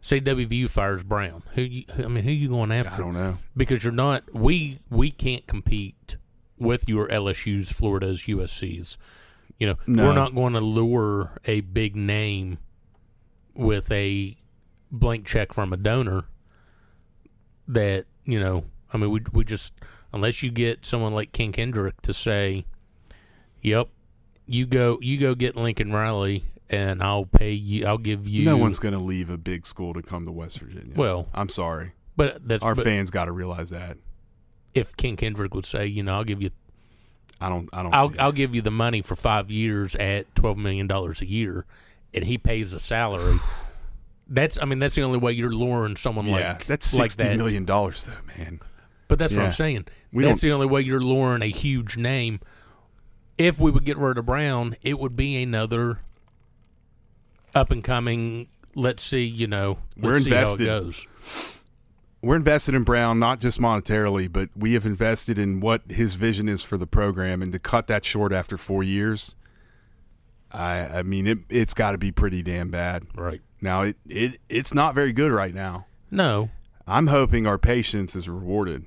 S1: say WVU fires Brown. Who you, who- I mean, who you going after?
S2: I don't know.
S1: Because you're not. We we can't compete with your LSU's, Florida's, USC's. You know,
S2: No.
S1: we're not going to lure a big name with a blank check from a donor. That you know, I mean, we we just unless you get someone like King Kendrick to say, "Yep, you go, you go get Lincoln Riley, and I'll pay you. I'll give you."
S2: No one's going to leave a big school to come to West Virginia.
S1: Well-
S2: I'm sorry.
S1: But that's
S2: Our
S1: but
S2: fans got to realize that.
S1: if King Kendrick would say, "You know, I'll give you
S2: I don't. I don't.
S1: I'll,
S2: see it.
S1: I'll give you the money for five years at twelve million dollars a year, and he pays a salary. That's I mean that's the only way you're luring someone
S2: yeah,
S1: like
S2: that's
S1: like
S2: sixty
S1: that.
S2: million dollars though, man.
S1: But that's what
S2: Yeah.
S1: I'm saying.
S2: We
S1: that's
S2: don't-
S1: the only way you're luring a huge name. If we would get rid of Brown, it would be another up and coming. Let's see, you know,
S2: We're
S1: let's see
S2: invested.
S1: how it goes.
S2: We're invested in Brown not just monetarily, but we have invested in what his vision is for the program, and to cut that short after four years, I I mean it it's got to be pretty damn bad.
S1: Right?
S2: Now it, it it's not very good right now.
S1: No,
S2: I'm hoping our patience is rewarded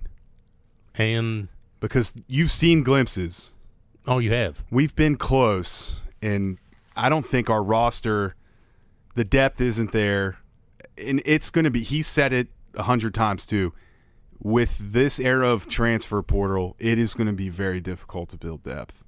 S1: and
S2: because you've seen glimpses.
S1: all you have.
S2: we've been close, and I don't think our roster, the depth isn't there, and it's going to be. He said it a hundred times too. With this era of transfer portal, it is going to be very difficult to build depth.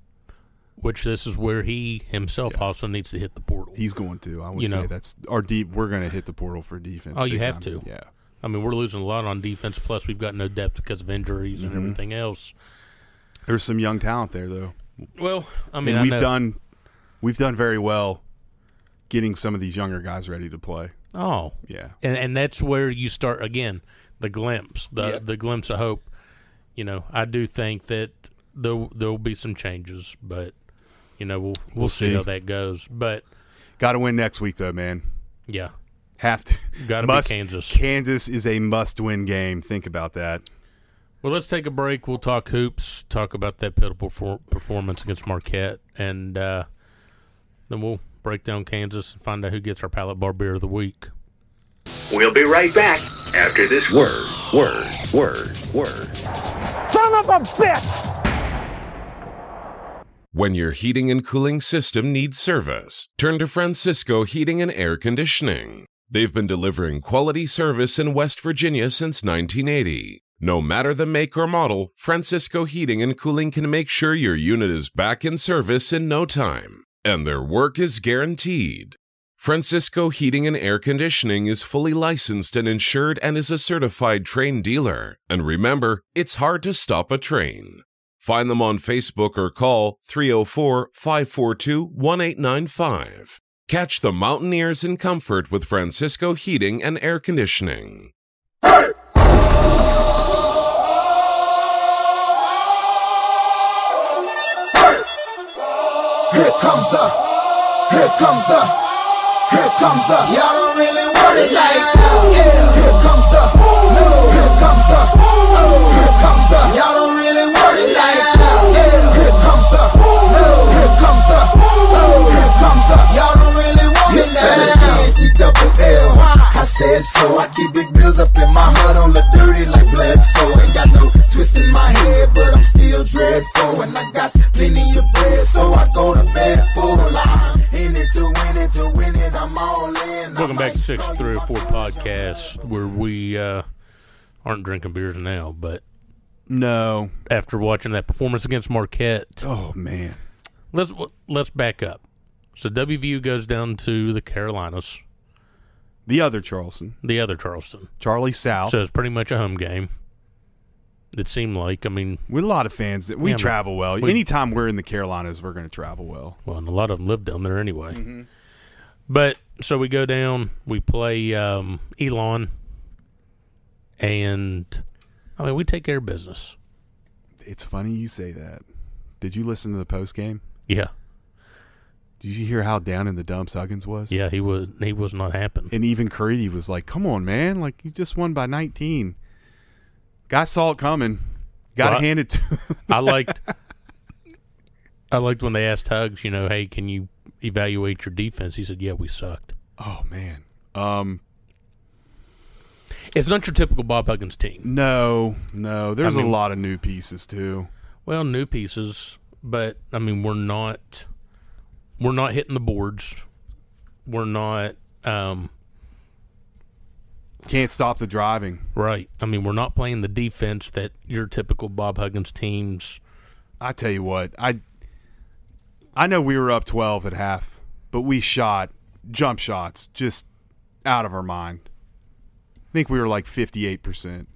S1: Which this is where he himself also needs to hit the portal.
S2: He's going to. I would
S1: You know.
S2: say that's our deep. We're going to hit the portal for defense.
S1: Oh, you
S2: big
S1: have
S2: time.
S1: to.
S2: Yeah.
S1: I mean, we're losing a lot on defense. Plus, we've got no depth because of injuries
S2: Mm-hmm.
S1: and everything else.
S2: There's some young talent there though,
S1: Well, I mean,
S2: and
S1: I
S2: we've
S1: know-
S2: done, we've done very well, getting some of these younger guys ready to play.
S1: Oh,
S2: Yeah.
S1: and and that's where you start again. The glimpse, the
S2: Yeah.
S1: the glimpse of hope. You know, I do think that there there will be some changes, but you know, we'll we'll,
S2: We'll
S1: see.
S2: see.
S1: how that goes. But
S2: Got to win next week though, man.
S1: yeah,
S2: Have to.
S1: got to be
S2: Must-
S1: Kansas.
S2: Kansas is a must-win game. Think about that.
S1: Well, let's take a break. We'll talk hoops, talk about that pitiful for- performance against Marquette, and uh, then we'll break down Kansas and find out who gets our pallet bar beer of the week.
S3: We'll be right back after this word, word, word, word.
S4: When your heating and cooling system needs service, turn to Francisco Heating and Air Conditioning. They've been delivering quality service in West Virginia since 1980. No matter the make or model, Francisco Heating and Cooling can make sure your unit is back in service in no time. And their work is guaranteed. Francisco Heating and Air Conditioning is fully licensed and insured and is a certified train dealer. And remember, it's hard to stop a train. Find them on Facebook or call 304 542 1895. Catch the Mountaineers in comfort with Francisco Heating and Air Conditioning.
S5: Here comes the, here comes the, here comes the. Y'all don't really want it like that. Yeah. Here comes the, no. Here comes the, oh. Here comes the. Y'all don't really want it like that. Yeah. Here comes the, no. Here comes the, oh. Here comes the. Y'all don't really want it like that. You double L. I said so. I keep big bills up in my hood on the dirty like blood. So ain't got no twist in my head, but I'm still dreadful. And I got plenty of bread, so I go to bed full. I'm in it to win it to win it. I'm all in.
S1: Welcome back to Six Three or Four Podcast, where we uh, aren't drinking beers now, but
S2: No.
S1: after watching that performance against Marquette,
S2: Oh man.
S1: let's let's back up. So WVU goes down to the Carolinas,
S2: The other Charleston,
S1: the other Charleston.
S2: Charlie South.
S1: So it's pretty much a home game. It seemed like. I mean,
S2: With a lot of fans that we
S1: Yeah, man.
S2: travel well.
S1: We-
S2: Anytime we're in the Carolinas, we're going to travel well.
S1: well, and a lot of them live down there anyway. But so we go down, we play um, Elon, and I mean, we take care of business.
S2: It's funny you say that. Did you listen to the post game?
S1: Yeah,
S2: Did you hear how down in the dumps Huggins was?
S1: yeah, he was he was not happy.
S2: And even Creedy was like, "Come on, man! Like you just won by 19." Guy saw it coming. Got
S1: Well, I-
S2: to hand it to.
S1: I liked I liked when they asked Hugs, you know, hey, can you evaluate your defense? He said, yeah, we sucked.
S2: oh man. Um.
S1: It's not your typical Bob Huggins team.
S2: No. No. There's
S1: mean-
S2: a lot of new pieces too.
S1: Well, new pieces, but I mean, we're not we're not hitting the boards. We're not um,
S2: Can't stop the driving.
S1: right. I mean, we're not playing the defense that your typical Bob Huggins teams.
S2: I tell you what, I I know we were up twelve at half, but we shot jump shots just out of our mind. I think we were like fifty eight percent.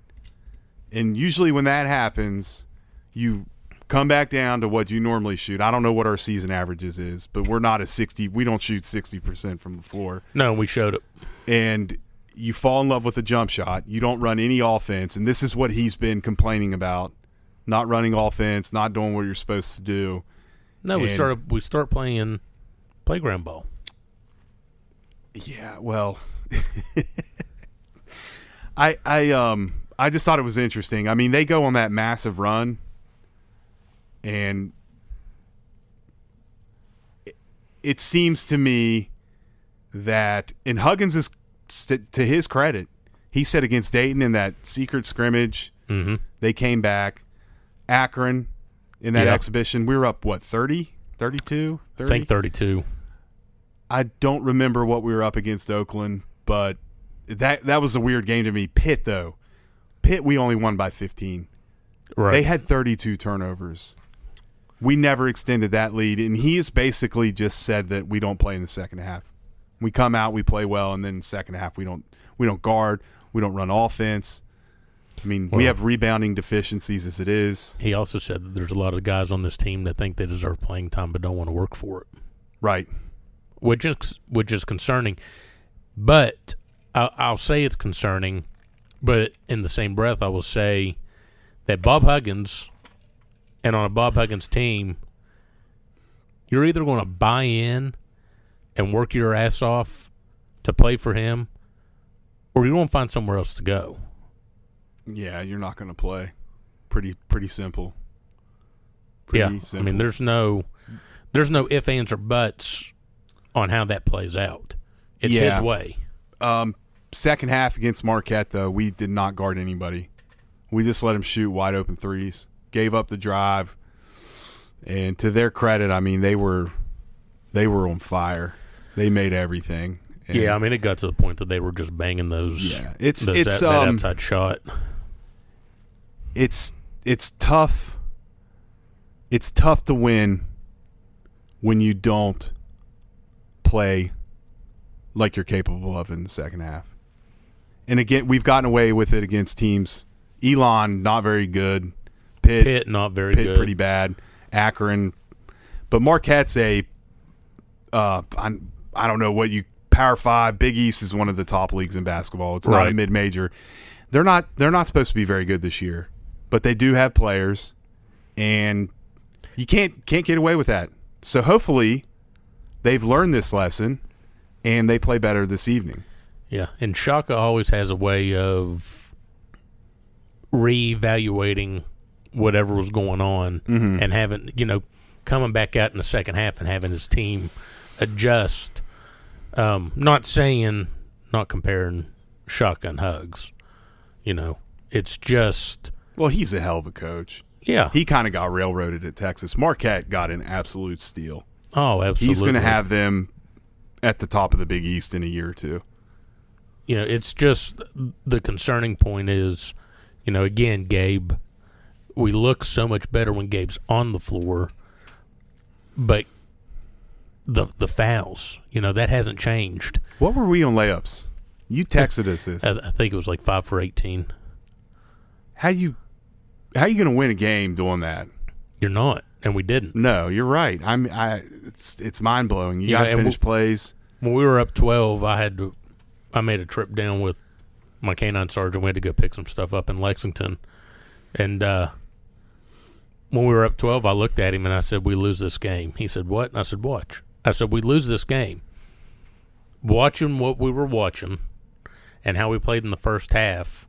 S2: And usually when that happens, you come back down to what you normally shoot. I don't know what our season averages is, but we're not a sixty we don't shoot sixty percent from the floor.
S1: No, we showed up.
S2: And you fall in love with a jump shot. You don't run any offense, and this is what he's been complaining about. Not running offense, not doing what you're supposed to do.
S1: No, we
S2: And-
S1: started. We start playing playground ball.
S2: Yeah, well, I I um I just thought it was interesting. I mean, they go on that massive run, and it- it seems to me that in Huggins is st- to his credit, he said against Dayton in that secret scrimmage, they came back. Akron in that
S1: Yeah.
S2: exhibition, we were up what 30, 32, 30?
S1: I think thirty-two.
S2: I don't remember what we were up against Oakland, but that that was a weird game to me. Pitt though, Pitt we only won by 15.
S1: Right.
S2: They had 32 turnovers. We never extended that lead, and he has basically just said that we don't play in the second half. We come out, we play well, and then second half we don't we don't guard, we don't run offense. I mean, we
S1: Well-
S2: have rebounding deficiencies as it is.
S1: He also said that there's a lot of guys on this team that think they deserve playing time but don't want to work for it,
S2: Right.
S1: which is which is concerning. But I, I'll say it's concerning, but in the same breath, I will say that Bob Huggins and on a Bob Huggins team, you're either going to buy in and work your ass off to play for him, or you're going to find somewhere else to go.
S2: Yeah, you're not going to play. pretty pretty simple. Pretty
S1: yeah, I
S2: simple.
S1: mean, there's no, there's no if, ands, or buts on how that plays out. It's
S2: Yeah.
S1: his way.
S2: Um, Second half against Marquette, though, we did not guard anybody. We just let them shoot wide open threes. Gave up the drive, and to their credit, I mean they were they were on fire. They made everything. And
S1: Yeah, I mean, it got to the point that they were just banging those.
S2: Yeah, it's-
S1: those
S2: it's,
S1: out- that
S2: um,
S1: outside shot.
S2: it's it's tough. It's tough to win when you don't play like you're capable of in the second half. And again, we've gotten away with it against teams. Elon not very good. Pitt, Pitt,
S1: Pitt not very good.
S2: pretty bad. Akron, but Marquette's a. Uh, I, I don't know what you Power Five. Big East is one of the top leagues in basketball. It's not a
S1: Right.
S2: mid major. They're not. They're not supposed to be very good this year, but they do have players, and you can't can't get away with that. So hopefully, they've learned this lesson, and they play better this evening.
S1: Yeah, and Shaka always has a way of reevaluating whatever was going on
S2: Mm-hmm.
S1: and having you know coming back out in the second half and having his team adjust. Um, not saying, not comparing Shaka and Hugs. You know, it's just
S2: Well, he's a hell of a coach.
S1: yeah.
S2: He kind of got railroaded at Texas. Marquette got an absolute steal.
S1: oh, absolutely.
S2: He's going to have them at the top of the Big East in a year or two.
S1: you know, it's just the concerning point is, you know, again, Gabe, we look so much better when Gabe's on the floor, but the the fouls, you know, that hasn't changed.
S2: What were we on layups? You texted us this.
S1: I, I think it was like five for eighteen.
S2: How you how you going to win a game doing that?
S1: You're not, and we didn't.
S2: No, you're right. I'm I it's it's mind blowing. You
S1: Yeah,
S2: got to
S1: and
S2: finish
S1: we-
S2: plays.
S1: When we were up twelve, I had to, I made a trip down with my canine sergeant. We had to go pick some stuff up in Lexington, and uh, when we were up 12, I looked at him and I said, We lose this game. He said, What? And I said, Watch. I said, We lose this game. Watching what we were watching and how we played in the first half,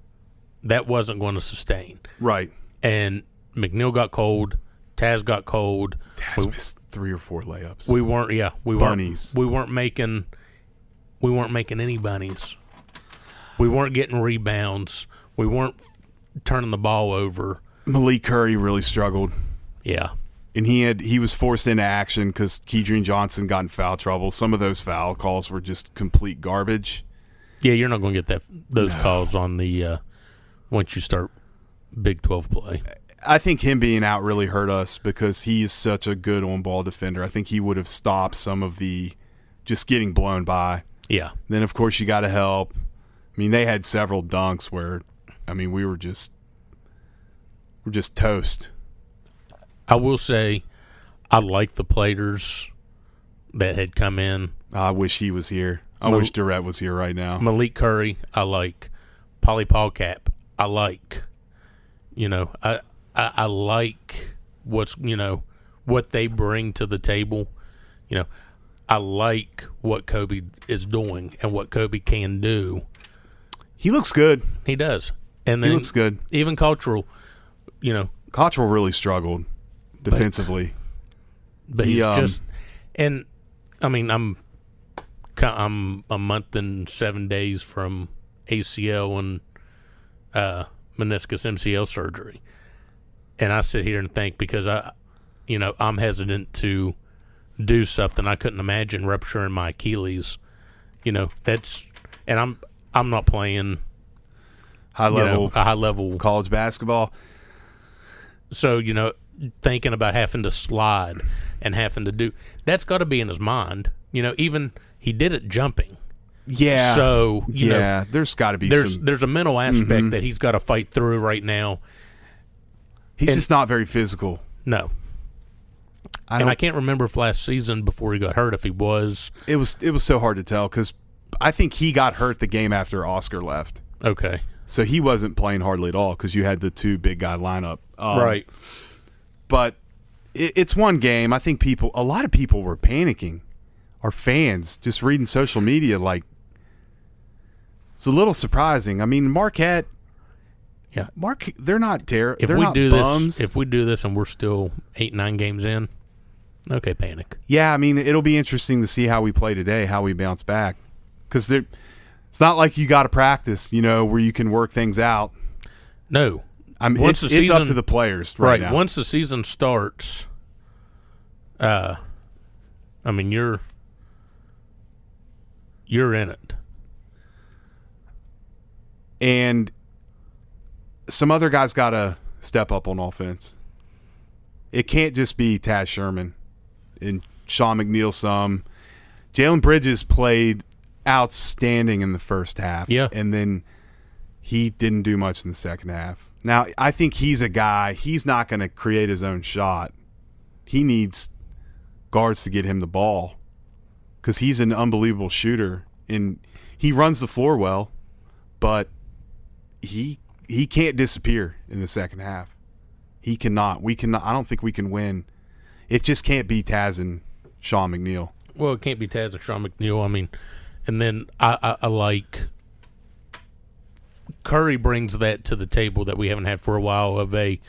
S1: that wasn't going to sustain.
S2: Right.
S1: And McNeil got cold. Taz got cold.
S2: That's missed three or four layups.
S1: We weren't, yeah, we
S2: Bunnies.
S1: weren't, we weren't making, we weren't making any bunnies. We weren't getting rebounds. We weren't turning the ball over.
S2: Malik Curry really struggled.
S1: Yeah,
S2: and he had he was forced into action because Keedron Johnson got in foul trouble. Some of those foul calls were just complete garbage.
S1: Yeah, you're not going to get that those calls on the uh, once you start Big Twelve play.
S2: I think him being out really hurt us because he is such a good on ball defender. I think he would have stopped some of the just getting blown by.
S1: Yeah,
S2: Then of course you got to help. I mean they had several dunks where, I mean we were just we're just toast.
S1: I will say, I like the players that had come in.
S2: I wish he was here. I wish Durrett was here right now.
S1: Malik Curry, I like. Polly Polcap, I like. You know, I, I I like what's you know what they bring to the table. You know, I like what Kobe is doing and what Kobe can do.
S2: He looks good.
S1: He does, and
S2: He
S1: then
S2: looks good.
S1: even cultural. You know,
S2: Cottrell really struggled defensively.
S1: but
S2: He,
S1: he's
S2: um,
S1: just and I mean I'm ki- I'm a month and seven days from ACL and uh, meniscus MCL surgery, and I sit here and think because I, you know, I'm hesitant to do something. I couldn't imagine rupturing my Achilles. You know, that's and I'm I'm not playing
S2: High
S1: you
S2: level
S1: know, a high level
S2: college basketball.
S1: So, you know, thinking about having to slide and having to do that's got to be in his mind. You know, even he did it jumping.
S2: Yeah.
S1: So, you know,
S2: yeah, there's got to be
S1: there's
S2: some. Mm-hmm.
S1: there's a mental aspect that he's got to fight through right now.
S2: He's just not very physical.
S1: No.
S2: I
S1: and
S2: don't,
S1: I can't remember if last season before he got hurt if he was.
S2: it was it was so hard to tell because I think he got hurt the game after Oscar left,
S1: Okay.
S2: so he wasn't playing hardly at all because you had the two big guy lineup. Um,
S1: right.
S2: but it, it's one game. I think people, a lot of people were panicking. Our fans just reading social media, like it's a little surprising. I mean, Marquette.
S1: Yeah.
S2: Mark, they're not terrible.
S1: If
S2: they're
S1: we
S2: not
S1: do
S2: bums.
S1: this, if we do this, and we're still eight nine games in, okay, panic.
S2: yeah, I mean, it'll be interesting to see how we play today, how we bounce back, because it's not like you got to practice, you know, where you can work things out.
S1: No,
S2: I mean,
S1: Once
S2: it's,
S1: the
S2: it's up
S1: season-
S2: to the players right,
S1: right.
S2: now.
S1: Once the season starts, uh, I mean you're you're in it.
S2: and some other guys got to step up on offense. It can't just be Taz Sherman and Sean McNeil. Some Jalen Bridges played outstanding in the first half,
S1: Yeah.
S2: and then he didn't do much in the second half. Now I think he's a guy. He's not going to create his own shot. He needs guards to get him the ball because he's an unbelievable shooter and he runs the floor well, but he he can't disappear in the second half. He cannot. We cannot. I don't think we can win. It just can't be Taz and Sean McNeil.
S1: Well, it can't be Taz and Sean McNeil. I mean, and then I, I, I like Curry brings that to the table that we haven't had for a while of a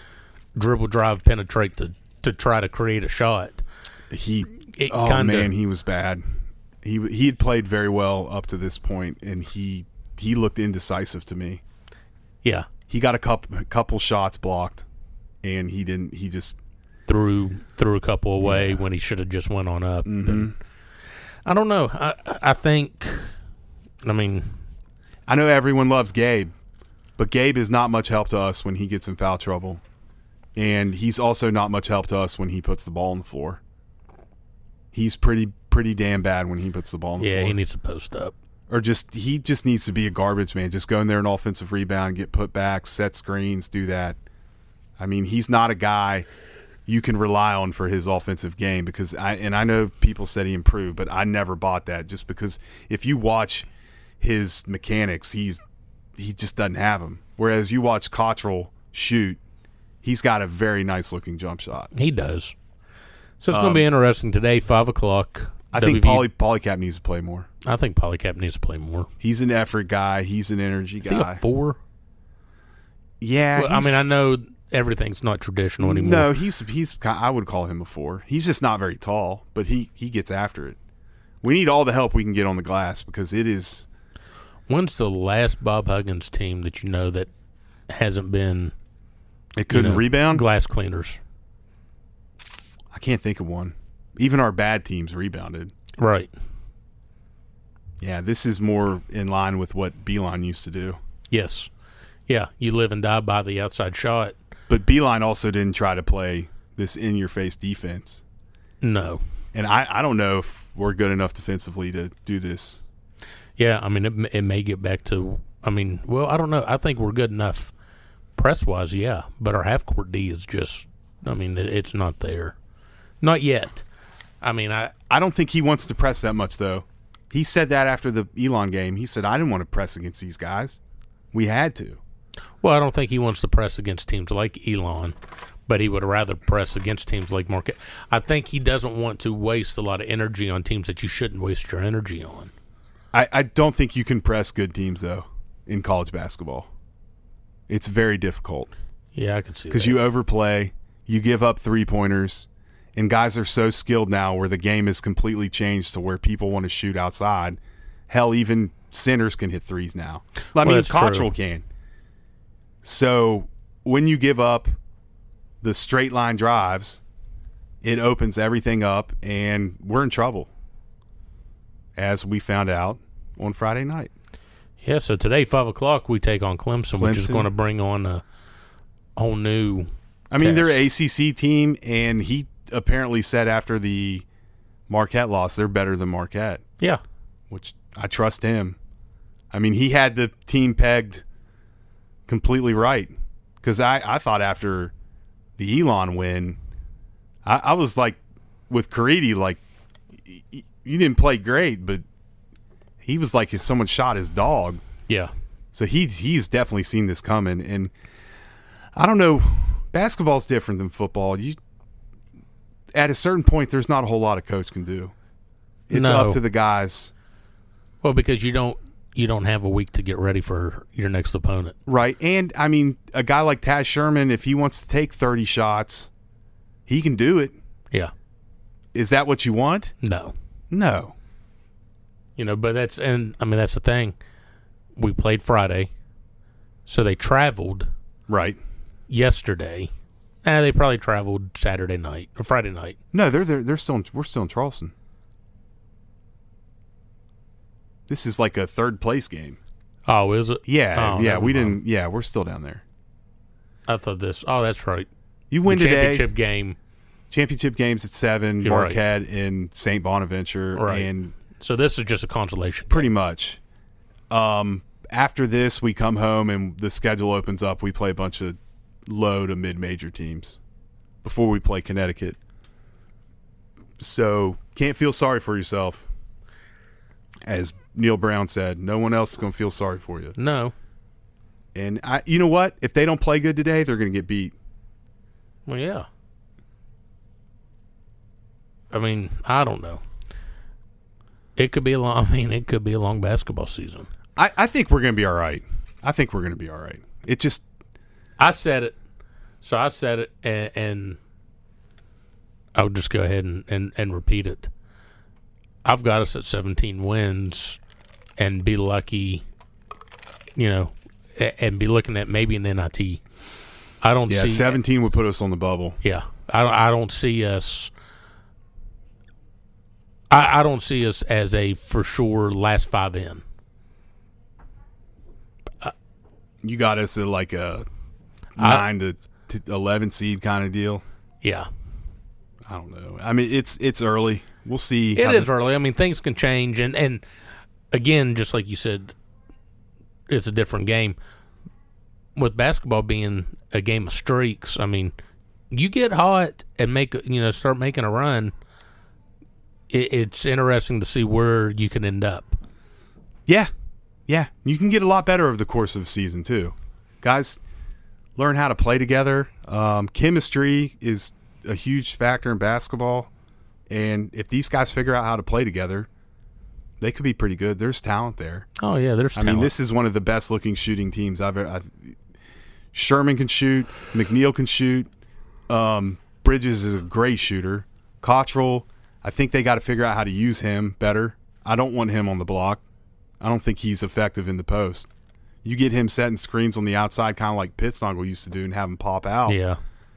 S1: dribble drive penetrate to to try to create a shot.
S2: He.
S1: It
S2: oh
S1: kinda-
S2: man, he was bad. He he had played very well up to this point, and he he looked indecisive to me.
S1: Yeah,
S2: He got a couple a couple shots blocked, and he didn't. He just
S1: threw threw a couple away when he should have just went on up. And I don't know. I I think. I mean,
S2: I know everyone loves Gabe, but Gabe is not much help to us when he gets in foul trouble. And he's also not much help to us when he puts the ball on the floor. He's pretty pretty damn bad when he puts the ball on the
S1: yeah,
S2: floor.
S1: he needs to post up.
S2: or just he just needs to be a garbage man. Just go in there and offensive rebound, get put back, set screens, do that. I mean, he's not a guy you can rely on for his offensive game because I and I know people said he improved, but I never bought that just because if you watch his mechanics, he's he just doesn't have them. Whereas you watch Cottrell shoot, he's got a very nice looking jump shot.
S1: He does. So it's going to be interesting today, five o'clock.
S2: Um, I think
S1: WV
S2: Poly Polycap needs to play more.
S1: I think Polycap needs to play more.
S2: He's an effort guy. He's an energy
S1: Is he a
S2: guy.
S1: four?
S2: yeah,
S1: Well, I mean,
S2: he's-
S1: I know everything's not traditional anymore.
S2: No, he's he's. ki- I would call him a four. He's just not very tall, but he he gets after it. We need all the help we can get on the glass because it is.
S1: When's the last Bob Huggins team that you know that hasn't been
S2: It couldn't
S1: you know,
S2: rebound.
S1: glass cleaners?
S2: I can't think of one. Even our bad teams rebounded.
S1: Right.
S2: Yeah, this is more in line with what Beeline used to do.
S1: Yes. Yeah. You live and die by the outside shot.
S2: But Beeline also didn't try to play this in-your-face defense,
S1: No.
S2: and I I don't know if we're good enough defensively to do this.
S1: Yeah. I mean, it, m- it may get back to. I mean, well, I don't know. I think we're good enough press wise. Yeah, but our half court D is just. I mean, it, it's not there. Not yet. I mean, I
S2: I don't think he wants to press that much, though. He said that after the Elon game. He said, I didn't want to press against these guys. We had to.
S1: Well, I don't think he wants to press against teams like Elon, but he would rather press against teams like Market. I think he doesn't want to waste a lot of energy on teams that you shouldn't waste your energy on.
S2: I, I don't think you can press good teams, though, in college basketball. It's very difficult
S1: Yeah, I can see
S2: because
S1: that.
S2: you overplay, you give up three pointers, and guys are so skilled now where the game has completely changed to where people want to shoot outside. Hell, even centers can hit threes now. I mean,
S1: that's true.
S2: Cottrell can. So when you give up the straight line drives, it opens everything up, and we're in trouble, as we found out on Friday night.
S1: yeah. So today, five o'clock, we take on Clemson, which is
S2: Clemson.
S1: going to bring on a whole new.
S2: I mean, they're an
S1: test.
S2: ACC team, and he apparently said after the Marquette loss, they're better than Marquette,
S1: Yeah,
S2: which I trust him. I mean, he had the team pegged completely right because I, I thought after the Elon win, I, I was like with Caridi, like y- y- you didn't play great, but he was like if someone shot his dog.
S1: yeah.
S2: So he he's definitely seen this coming, and I don't know. Basketball's different than football. You at a certain point, there's not a whole lot a coach can do. It's
S1: No.
S2: up to the guys.
S1: Well, because you don't. you don't have a week to get ready for your next opponent.
S2: Right. And I mean, a guy like Taz Sherman, if he wants to take 30 shots, he can do it.
S1: Yeah.
S2: Is that what you want?
S1: No.
S2: No.
S1: You know, but that's and I mean that's the thing. We played Friday, so they traveled
S2: Right.
S1: yesterday. Eh, they probably traveled Saturday night or Friday night.
S2: No, they're they're, they're still in, we're still in Charleston. This is like a third place game.
S1: Oh, is it?
S2: Yeah,
S1: Oh,
S2: yeah,
S1: never
S2: we
S1: mind.
S2: didn't. Yeah, we're still down there.
S1: I thought this. Oh, that's right.
S2: You win
S1: the
S2: today.
S1: championship game.
S2: Championship games at seven.
S1: You're right.
S2: Marquette and Saint Bonaventure,
S1: Right.
S2: and
S1: So this is just a consolation.
S2: pretty much. Um, after this, we come home and the schedule opens up. We play a bunch of low to mid major teams before we play Connecticut. So can't feel sorry for yourself. As Neil Brown said, no one else is going to feel sorry for you.
S1: No.
S2: And I, you know what? If they don't play good today, they're going to get beat.
S1: Well, yeah. I mean, I don't know. It could be a long. I mean, it could be a long basketball season.
S2: I, I think we're going to be all right. I think we're going to be all right. It just
S1: I said it, so I said it, and, and I'll just go ahead and, and, and repeat it. I've got us at 17 wins, and be lucky, you know, a- and be looking at maybe an NIT. I don't
S2: yeah,
S1: see
S2: seventeen would put us on the bubble.
S1: Yeah, I don't. I don't see us. I, I don't see us as a for sure last five in.
S2: You got us at like a
S1: I-
S2: nine to, to eleven seed kind of deal.
S1: Yeah,
S2: I don't know. I mean, it's it's early. We'll see.
S1: it
S2: how
S1: is
S2: the-
S1: early. I mean, things can change, and and again, just like you said, it's a different game. With basketball being a game of streaks, I mean, you get hot and make a- you know start making a run. It, it's interesting to see where you can end up.
S2: yeah, yeah. You can get a lot better over the course of the season too, guys. Learn how to play together. Um, chemistry is a huge factor in basketball, and if these guys figure out how to play together, they could be pretty good. There's talent there.
S1: Oh yeah, there's.
S2: I mean, this is one of the best looking shooting teams I've ever. I've, Sherman can shoot. McNeil can shoot. Um, Bridges is a great shooter. Cottrell, I think they got to figure out how to use him better. I don't want him on the block. I don't think he's effective in the post. You get him setting screens on the outside, kind of like Pitsnoggle used to do, and have him pop out.
S1: yeah.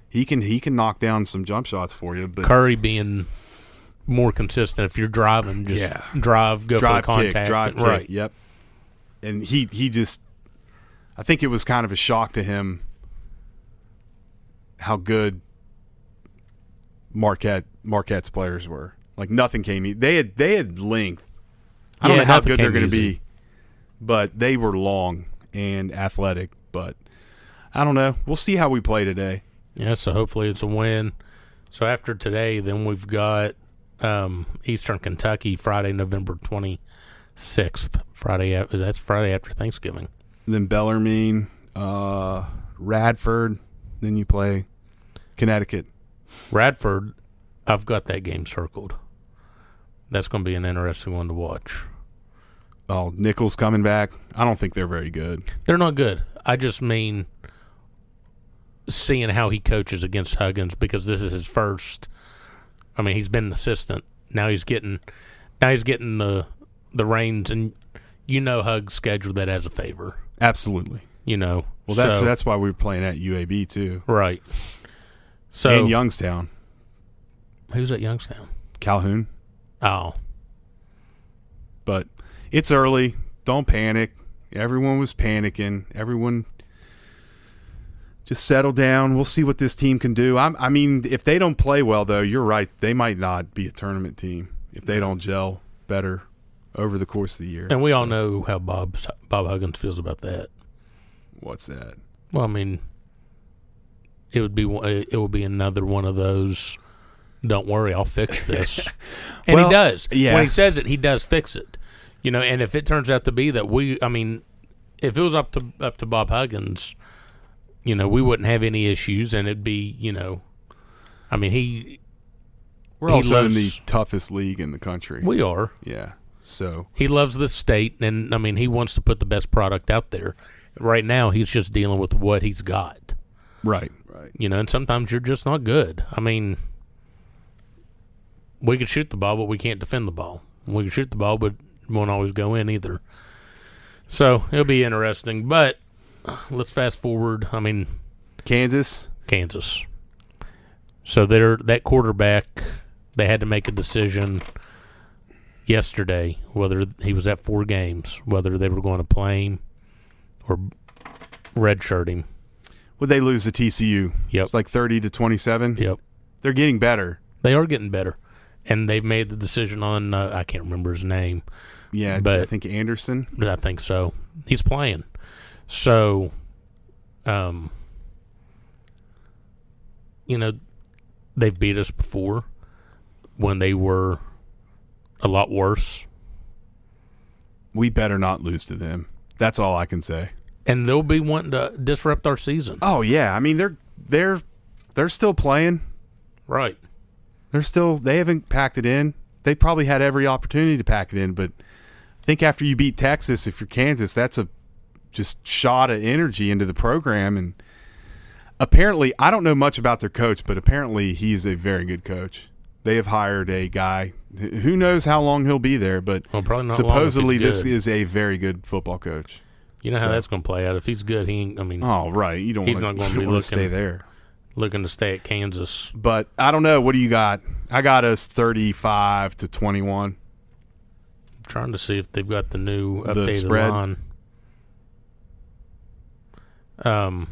S2: he can he can knock down some jump shots for you. But
S1: Curry being more consistent. If you're driving, just
S2: Yeah.
S1: drive, go
S2: drive
S1: for the contact,
S2: kick, drive
S1: right?
S2: kick. Yep. And he he just, I think it was kind of a shock to him how good Marquette Marquette's players were. Like nothing came. e- They had they had length. I don't
S1: Yeah,
S2: know how
S1: nothing
S2: good they're
S1: came
S2: going to
S1: easy.
S2: be, but they were long and athletic. But I don't know. We'll see how we play today.
S1: Yeah. So hopefully it's a win. So after today, then we've got um, Eastern Kentucky Friday, November twenty sixth. Friday af- that's Friday after Thanksgiving.
S2: Then Bellarmine, uh, Radford. Then you play Connecticut.
S1: Radford, I've got that game circled. That's going to be an interesting one to watch.
S2: Oh, Nichols coming back. I don't think they're very good.
S1: They're not good. I just mean seeing how he coaches against Huggins because this is his first. I mean, he's been an assistant. Now he's getting, now he's getting the the reins, and you know Huggs scheduled that as a favor.
S2: Absolutely.
S1: You know,
S2: Well, that's
S1: So-
S2: that's why we were playing at UAB too,
S1: right. So
S2: and Youngstown,
S1: who's at Youngstown?
S2: Calhoun.
S1: Oh,
S2: But it's early. Don't panic. Everyone was panicking. Everyone just settle down. We'll see what this team can do. I'm, I mean, if they don't play well, though, you're right. They might not be a tournament team if they don't gel better over the course of the year.
S1: and we all know how Bob Bob Huggins feels about that.
S2: What's that?
S1: Well, I mean, it would be one- it would be another one of those. Don't worry, I'll fix this. and
S2: Well,
S1: he does.
S2: yeah.
S1: When he says it, he does fix it. You know, and if it turns out to be that we, I mean, if it was up to up to Bob Huggins, you know, we wouldn't have any issues, and it'd be, you know, I mean, he
S2: We're
S1: He
S2: also in the
S1: loves-
S2: toughest league in the country.
S1: we are,
S2: yeah. So
S1: He loves this state, and I mean, he wants to put the best product out there. Right now, he's just dealing with what he's got,
S2: right, right.
S1: you know. And sometimes you're just not good. I mean, we can shoot the ball, but we can't defend the ball. We can shoot the ball, but it won't always go in either. So it'll be interesting. But let's fast forward. I mean,
S2: Kansas.
S1: Kansas. So they're that quarterback. They had to make a decision yesterday whether he was at four games, whether they were going to play him or redshirt him.
S2: Would they lose to TCU?
S1: Yep.
S2: It's like thirty to twenty-seven.
S1: Yep,
S2: They're getting better.
S1: they are getting better, and they've made the decision on uh, I can't remember his name,
S2: Yeah, I
S1: But-
S2: think Anderson.
S1: but I think so. He's playing, so um, you know, they've beat us before when they were a lot worse.
S2: We better not lose to them. That's all I can say.
S1: and they'll be wanting to disrupt our season.
S2: Oh yeah, I mean they're they're they're still playing.
S1: Right.
S2: They're still they haven't packed it in. They probably had every opportunity to pack it in, but I think after you beat Texas, if you're Kansas, that's a just shot of energy into the program and apparently I don't know much about their coach, but apparently he's a very good coach. They have hired a guy Wh- who knows how long he'll be there, but
S1: Well, probably not long if he's
S2: supposedly this
S1: good.
S2: is a very good football coach.
S1: You know
S2: So-
S1: how that's going to play out. If he's good, he ain't, I mean,
S2: Oh right, you don't
S1: Mm. He's
S2: wanna,
S1: not gonna
S2: you don't
S1: be
S2: wanna
S1: looking-
S2: stay there.
S1: looking to stay at Kansas.
S2: But I don't know. What do you got? I got us 35 to 21.
S1: trying to see if they've got the new
S2: The
S1: updated
S2: spread?
S1: line. Um.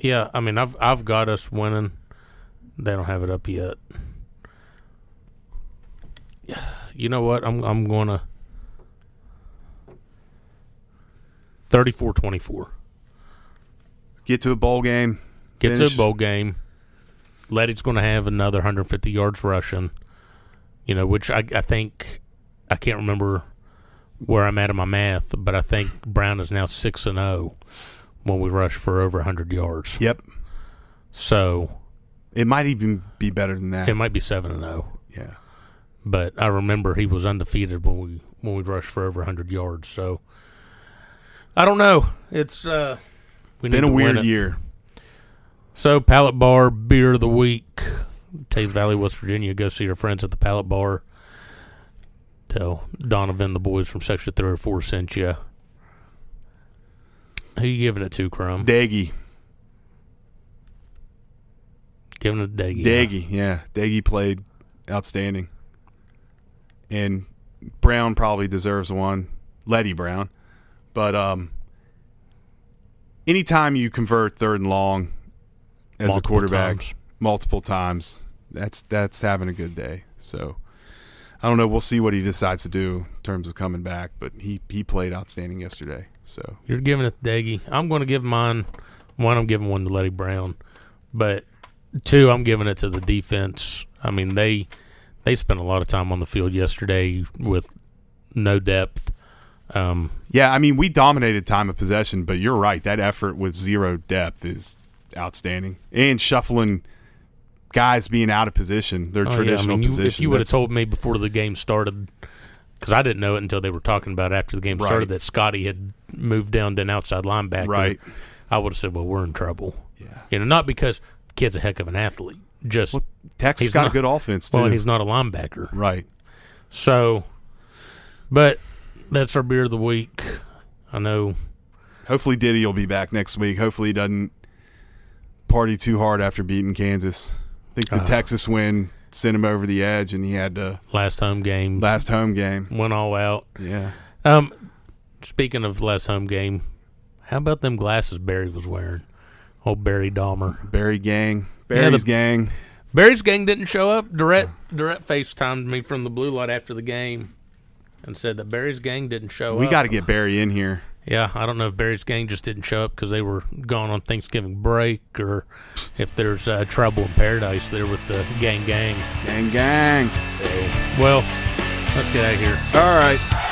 S1: Yeah, I mean, I've I've got us winning. They don't have it up yet. You know what? I'm I'm gonna 34-24.
S2: Get to a bowl game.
S1: Get
S2: Finish-
S1: to a bowl game. Letty's going to have another 150 yards rushing. You know, which I, I think I can't remember where I'm at in my math, but I think Brown is now six and zero when we rush for over 100 yards.
S2: Yep.
S1: So
S2: It might even be better than that.
S1: it might be seven and zero.
S2: yeah.
S1: But I remember he was undefeated when we when we rushed for over 100 yards. So I don't know. It's uh, we
S2: Been
S1: need
S2: a
S1: to win
S2: weird
S1: it.
S2: year.
S1: So, Pallet Bar Beer of the Week, Tays Valley, West Virginia. Go see your friends at the Pallet Bar. Tell Donovan the boys from Section 304 sent you. Who you giving it to, Crumb?
S2: Daggy.
S1: giving it to Daggy.
S2: Daggy. Yeah. Daggy played outstanding. And Brown probably deserves one. Letty Brown. But um anytime you convert third and long as
S1: Multiple
S2: a quarterback
S1: times.
S2: multiple times, that's that's having a good day. So I don't know, we'll see what he decides to do in terms of coming back, but he he played outstanding yesterday. So
S1: You're giving it to Daggy. I'm going to give mine. One, I'm giving one to Letty Brown. But two, I'm giving it to the defense. I mean, they they spent a lot of time on the field yesterday with no depth. Um,
S2: yeah, I mean we dominated time of possession, but you're right, that effort with zero depth is outstanding. And shuffling guys being out of position, their
S1: Oh, yeah, I
S2: traditional
S1: mean, you-
S2: position.
S1: If you would have
S2: that's-
S1: told me before the game started, because I didn't know it until they were talking about it after the game
S2: Right.
S1: started that Scotty had moved down to an outside linebacker,
S2: Right.
S1: I would have said, "Well, we're in trouble."
S2: Yeah.
S1: You know, not because the kid's a heck of an athlete, just
S2: Well, Texas
S1: He's
S2: got a
S1: not-
S2: good offense too.
S1: well, and he's not a linebacker.
S2: right.
S1: So, but that's our beer of the week. I know
S2: Hopefully Diddy will be back next week. Hopefully he doesn't party too hard after beating Kansas. I think the
S1: Uh.
S2: Texas win sent him over the edge, and he had the
S1: last home game
S2: last home game.
S1: went all out.
S2: Yeah,
S1: Um, speaking of last home game, how about them glasses Barry was wearing? Old Barry Dahmer.
S2: Barry gang,
S1: Yeah,
S2: Barry's
S1: the-
S2: gang.
S1: Barry's gang didn't show up. Direct Direct FaceTimed me from the blue light after the game and said that Barry's gang didn't show up.
S2: We got to get Barry in here.
S1: Yeah, I don't know if Barry's gang just didn't show up because they were gone on Thanksgiving break or if there's uh, trouble in paradise there with the gang gang.
S2: Gang, gang.
S1: Well, let's get out of here.
S2: All right.